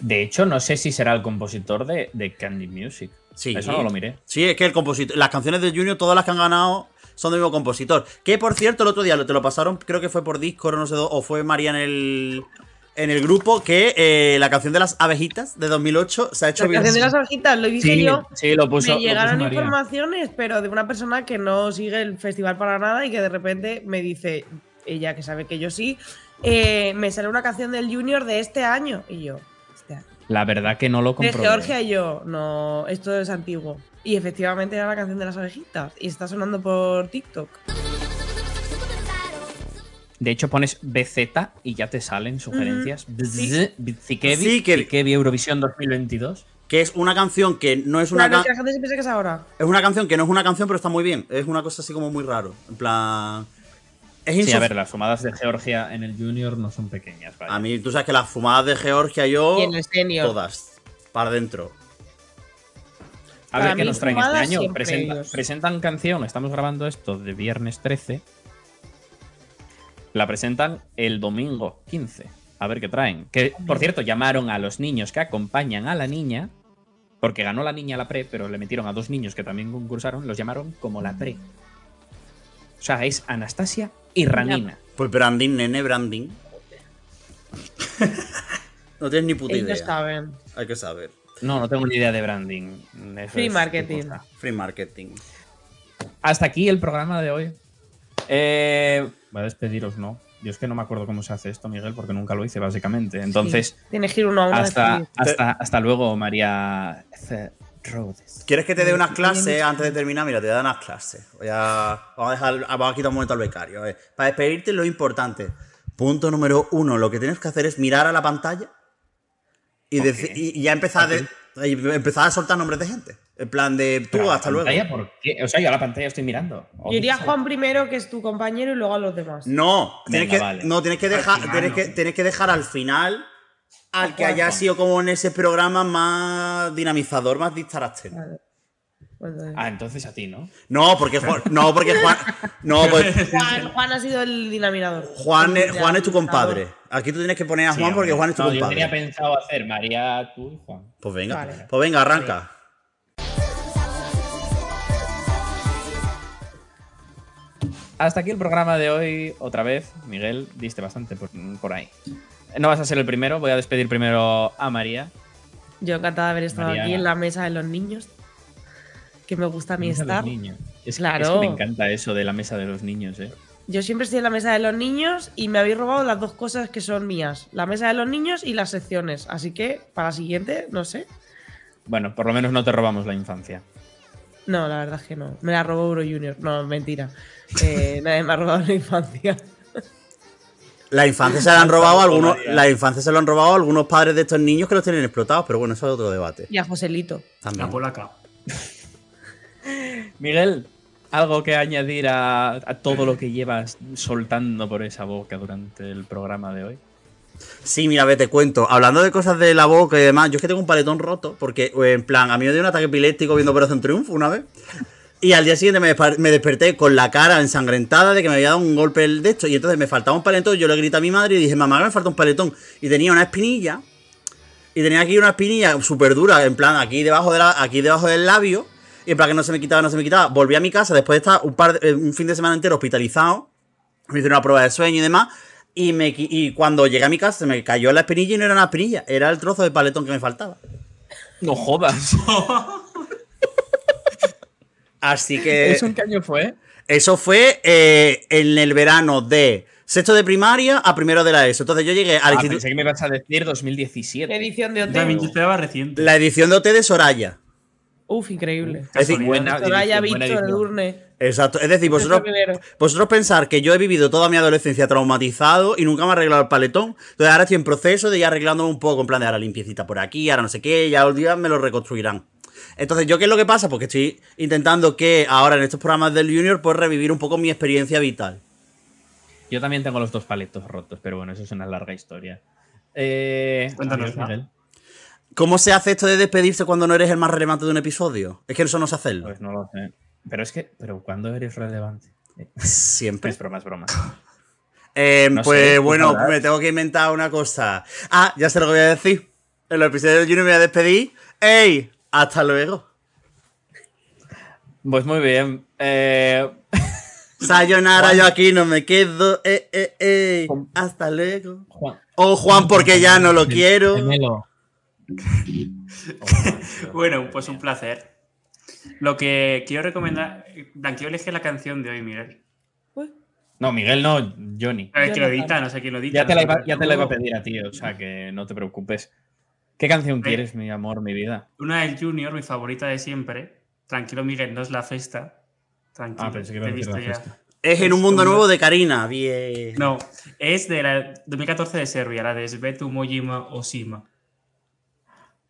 S2: De hecho, no sé si será el compositor de, de Candy Music.
S1: Sí.
S2: Eso no lo miré.
S1: Sí, es que el compositor. Las canciones de Junior, todas las que han ganado, son del mismo compositor. Que por cierto, el otro día lo- te lo pasaron, creo que fue por Discord, no sé, dó- o fue María en el. En el grupo que eh, la canción de las abejitas de 2008 se ha hecho
S4: La canción de las hojitas, lo dije
S1: Sí,
S4: yo.
S1: sí, lo puso-
S4: Me
S1: lo
S4: llegaron
S1: puso María.
S4: informaciones, pero de una persona que no sigue el festival para nada y que de repente me dice, ella que sabe que yo sí, eh, me sale una canción del Junior de este año. Y yo, este año.
S2: La verdad que no lo
S4: De
S2: comprobé.
S4: Georgia y yo, no, esto es antiguo. Y efectivamente era la canción de las abejitas y está sonando por TikTok.
S2: De hecho, pones BZ y ya te salen sugerencias.
S4: Ujú.
S2: Bzz, Bizikevi,
S1: Bizikevi.
S2: Bizikevi, Eurovisión 2022.
S1: Que es una canción que no es una
S4: Claro,
S1: ca-
S4: que la gente se piensa que es ahora.
S1: es una canción que no es una canción, pero está muy bien. Es una cosa así como muy raro. En plan. Es
S2: Sí, a
S1: insufic-
S2: ver, las sumadas de Georgia en el Junior no son pequeñas. vaya.
S1: A mí, tú sabes que las fumadas de Georgia yo.
S4: Y en el senior.
S1: Todas. Para adentro.
S2: A
S1: Para
S2: ver qué
S1: mí,
S2: nos traen este
S1: fumadas
S2: año.
S1: siempre
S2: Presenta-
S1: ellos.
S2: presentan canción, estamos grabando esto de viernes 13. La presentan el domingo 15. A ver qué traen. Que, por cierto, llamaron a los niños que acompañan a la niña, porque ganó la niña la pre, pero le metieron a dos niños que también concursaron, los llamaron como la pre. O sea, es Anastasia y Ranina.
S1: Pues branding, nene, branding. no tienes ni puta
S4: Ellos
S1: idea.
S4: saben.
S1: Hay que saber.
S2: No, no tengo ni idea de branding. Eso
S4: Free
S2: es
S4: marketing.
S2: otra cosa.
S1: Free marketing.
S2: Hasta aquí el programa de hoy. Eh, va a despediros, ¿no? Yo es que no me acuerdo cómo se hace esto, Miguel, porque nunca lo hice, básicamente. Entonces,
S4: Sí, tienes que ir uno a uno. a
S2: hasta,
S4: decidir.
S2: hasta, hasta luego, María C. Rhodes.
S1: ¿Quieres que te dé unas clases antes de terminar? Mira, te voy a dar unas clases. Voy a- vamos, a dejar, vamos a quitar un momento al becario. A ver, Para despedirte, lo importante. Punto número uno. Lo que tienes que hacer es mirar a la pantalla y,
S2: Ok.
S1: deci- y- y ya empezar, de- y empezar a soltar nombres de gente. En plan de tú,
S2: Pero a la
S1: hasta luego.
S2: pantalla, ¿por qué? O sea, yo a la pantalla estoy mirando.
S4: Yo iría a Juan primero, que es tu compañero, y luego a los demás.
S1: No, tienes
S2: Venga,
S1: que,
S2: vale.
S1: no, tienes que
S2: Al
S1: dejar,
S2: final,
S1: tienes
S2: ¿no?
S1: que, tienes que dejar al final al que
S4: Ojo,
S1: haya
S4: ojo.
S1: sido como en ese programa más dinamizador, más distractor.
S4: Pues, eh.
S2: Ah, entonces a ti, ¿no?
S1: No, porque Juan, no, porque Juan, no, pues,
S4: Juan, Juan ha sido el dinaminador.
S1: Juan, es,
S4: El
S1: Juan es tu
S4: dinaminador.
S1: compadre. Aquí tú tienes que poner a
S2: Sí,
S1: Juan porque
S2: hombre.
S1: Juan es tu
S2: No, Yo tenía
S1: compadre.
S2: pensado hacer María, tú y Juan.
S1: Pues venga,
S2: Vale.
S1: pues venga, arranca.
S2: hasta aquí el programa de hoy. Otra vez, Miguel, diste bastante por, por ahí. No vas a ser el primero, voy a despedir primero a María.
S4: Yo encantada de haber estado
S2: María.
S4: aquí en la mesa de los niños. Que me gusta a mí
S2: Mesa de los
S4: estar.
S2: niños. Es,
S4: Claro.
S2: es que me encanta eso de la mesa de los niños, ¿eh?
S4: Yo siempre estoy en la mesa de los niños y me habéis robado las dos cosas que son mías. La mesa de los niños y las secciones. Así que para la siguiente, no sé.
S2: Bueno, por lo menos no te robamos la infancia.
S4: No, la verdad es que no. Me la robó Euro Junior. No, mentira. Eh, nadie me ha robado la infancia.
S1: La infancia se la han robado
S4: Tampoco,
S1: algunos,
S4: María.
S1: la infancia se lo han robado algunos padres de estos niños que los tienen explotados, pero bueno, eso es otro debate.
S4: Y a Joselito.
S1: También.
S3: polaca.
S2: Miguel, algo que añadir a, a todo lo que llevas soltando por esa boca durante el programa de hoy.
S1: Sí, mira, ve, te cuento. Hablando de cosas de la boca y demás, yo es que tengo un paletón roto, porque eh, en plan, a mí me dio un ataque epiléptico viendo Operación Triunfo una vez. Y al día siguiente me, despar- me desperté con la cara ensangrentada de que me había dado un golpe el de esto. Y entonces me faltaba un paletón. Yo le grité a mi madre y dije, mamá, que me falta un paletón. Y tenía una espinilla. Y tenía aquí una espinilla súper dura, en plan, aquí debajo, de la, aquí debajo del labio. Y en plan que no se me quitaba, no se me quitaba. Volví a mi casa después de estar un, par de- eh, un fin de semana entero hospitalizado. Me hicieron una prueba de sueño y demás. Y, me, qui- y cuando llegué a mi casa se me cayó la espinilla y no era una espinilla, era el trozo de paletón que me faltaba.
S2: No jodas.
S1: Así que
S2: ¿Eso en qué año fue?
S1: eso fue eh, en el verano de sexto de primaria a primero de la ESO. Entonces yo llegué al
S2: Ah,
S1: instituto-
S2: pensé que me ibas a decir 2017.
S4: Edición de
S3: También
S4: OT.
S3: yo esperaba reciente.
S1: la edición de OT de Soraya.
S4: Uf, increíble.
S1: Es decir,
S2: Buena
S4: Soraya,
S2: edición, buena
S4: Víctor,
S2: edición.
S4: Edurne.
S1: Exacto, es decir,
S4: Eso es lo
S1: vosotros,
S4: primero.
S1: vosotros pensar que yo he vivido toda mi adolescencia traumatizado y nunca me he arreglado el paletón. Entonces ahora estoy en proceso de ir arreglándome un poco, en plan de ahora limpiecita por aquí, ahora no sé qué, ya los días me lo reconstruirán. Entonces, ¿yo qué es lo que pasa? Porque estoy intentando que ahora en estos programas del Junior pues revivir un poco mi experiencia vital.
S2: Yo también tengo los dos paletos rotos, pero bueno, eso es una larga historia. Eh,
S3: Cuéntanos,
S2: adiós, Miguel.
S1: ¿Cómo se hace esto de despedirse cuando no eres el más relevante de un episodio? Es que eso no se hacerlo.
S2: Pues no lo sé. Pero es que, pero ¿cuándo eres relevante?
S4: Pues
S1: Siempre.
S2: Es broma, es broma.
S1: Eh,
S2: pues, No sé,
S1: pues
S2: tú
S1: bueno,
S2: sabrás.
S1: me tengo que inventar una cosa. Ah, ya sé lo que voy a decir. En el episodio del Junior me voy a despedir. ¡Ey! ¡Hasta luego!
S2: Pues muy bien. Eh,
S1: Sayonara,
S2: Juan.
S1: yo aquí no me quedo. Eh, eh, eh.
S2: Com-
S1: Hasta luego.
S2: Juan.
S1: Oh, Juan, porque ya no lo quiero.
S2: Gemelo.
S3: Bueno, pues un placer. Lo que quiero recomendar. Blanqueo elige la canción de hoy, Miguel.
S2: No, Miguel no, Johnny.
S3: A ver,
S4: Yo
S3: que lo
S4: no
S3: edita, no sé quién lo edita.
S2: Ya te, la
S3: no sé
S2: iba,
S3: quién
S2: ya
S3: lo
S2: te la iba a
S3: edita.
S2: pedir a ti, o sea que no te preocupes. ¿Qué canción quieres, mi amor, mi vida?
S3: Una del Junior, mi favorita de siempre. Tranquilo, Miguel, no es la festa. Tranquilo.
S2: Ah, pensé que
S3: te
S2: iba a
S3: he
S2: decir
S3: visto
S2: la
S3: ya.
S2: fiesta.
S1: Es en un mundo nuevo de Karina. Bien.
S3: No, es de la 2014 de Serbia, la de Svetu Mojima Osima.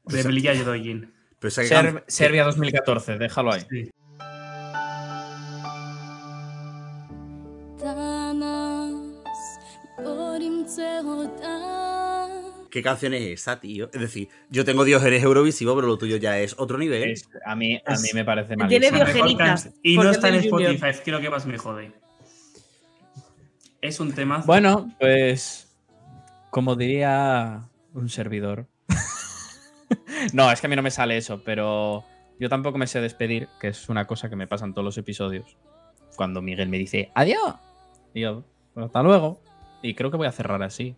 S3: De
S1: Pues-
S3: Melilla Yodojin.
S1: Pero esa can-
S2: Ser- Serbia 2014, déjalo ahí.
S3: Sí.
S11: Danas, borim ceo dan.
S1: ¿Qué canción es esa, tío? Es decir, yo tengo Dios, eres Eurovisivo, pero lo tuyo ya es otro nivel.
S2: Es- a, mí, a mí me parece mal.
S4: Tiene
S3: La mejor
S4: Diogenitas,
S3: canción. Y no
S4: porque
S3: está en
S4: es del Junior.
S3: Spotify, que es lo que más me jode. Es un tema.
S2: Bueno, pues como diría un servidor. no, es que a mí no me sale eso, pero yo tampoco me sé despedir, que es una cosa que me pasa en todos los episodios. Cuando Miguel me dice adiós, y yo, "Pues hasta luego. Y creo que voy a cerrar así.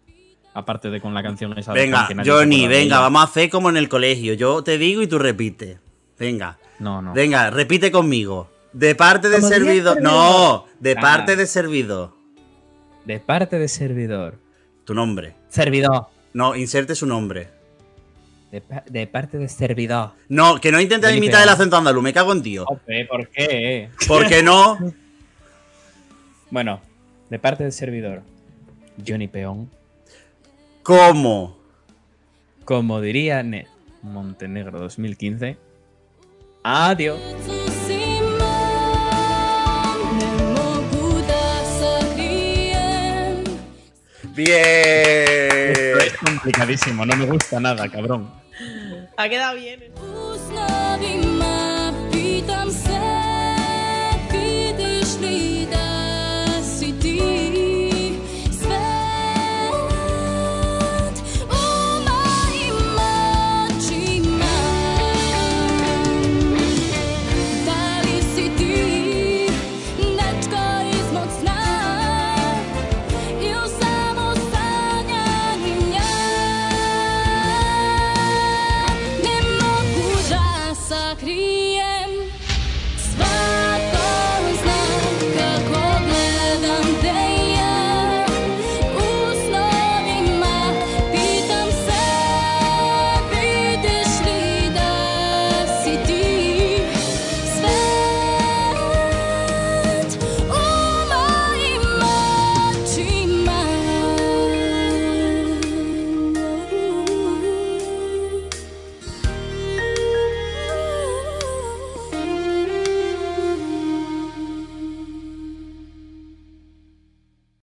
S2: Aparte de con la canción esa. de
S1: Venga,
S2: Juan, que nadie se
S1: Johnny,
S2: acuerda de
S1: venga,
S2: ella.
S1: vamos a hacer como en el colegio. Yo te digo y tú repites. Venga,
S2: No, no.
S1: venga, repite conmigo. De parte de
S4: Como diez
S1: servidor. No, de
S2: Ah.
S1: parte de servidor.
S2: De parte de servidor.
S1: Tu nombre.
S2: Servidor.
S1: No, inserte su nombre.
S2: De, pa- de parte de servidor.
S1: No, que no intentes
S2: Felipe.
S1: imitar el acento andaluz, me cago en tío.
S2: Ope, ¿por qué?
S1: ¿Por qué no?
S2: Bueno, de parte del servidor, Johnny Peón,
S1: ¿Cómo?
S2: como diría Ne- Montenegro 2015, adiós.
S1: Bien.
S2: Es complicadísimo, no me gusta nada, cabrón.
S4: Ha quedado bien. ¿eh?
S11: Usna bim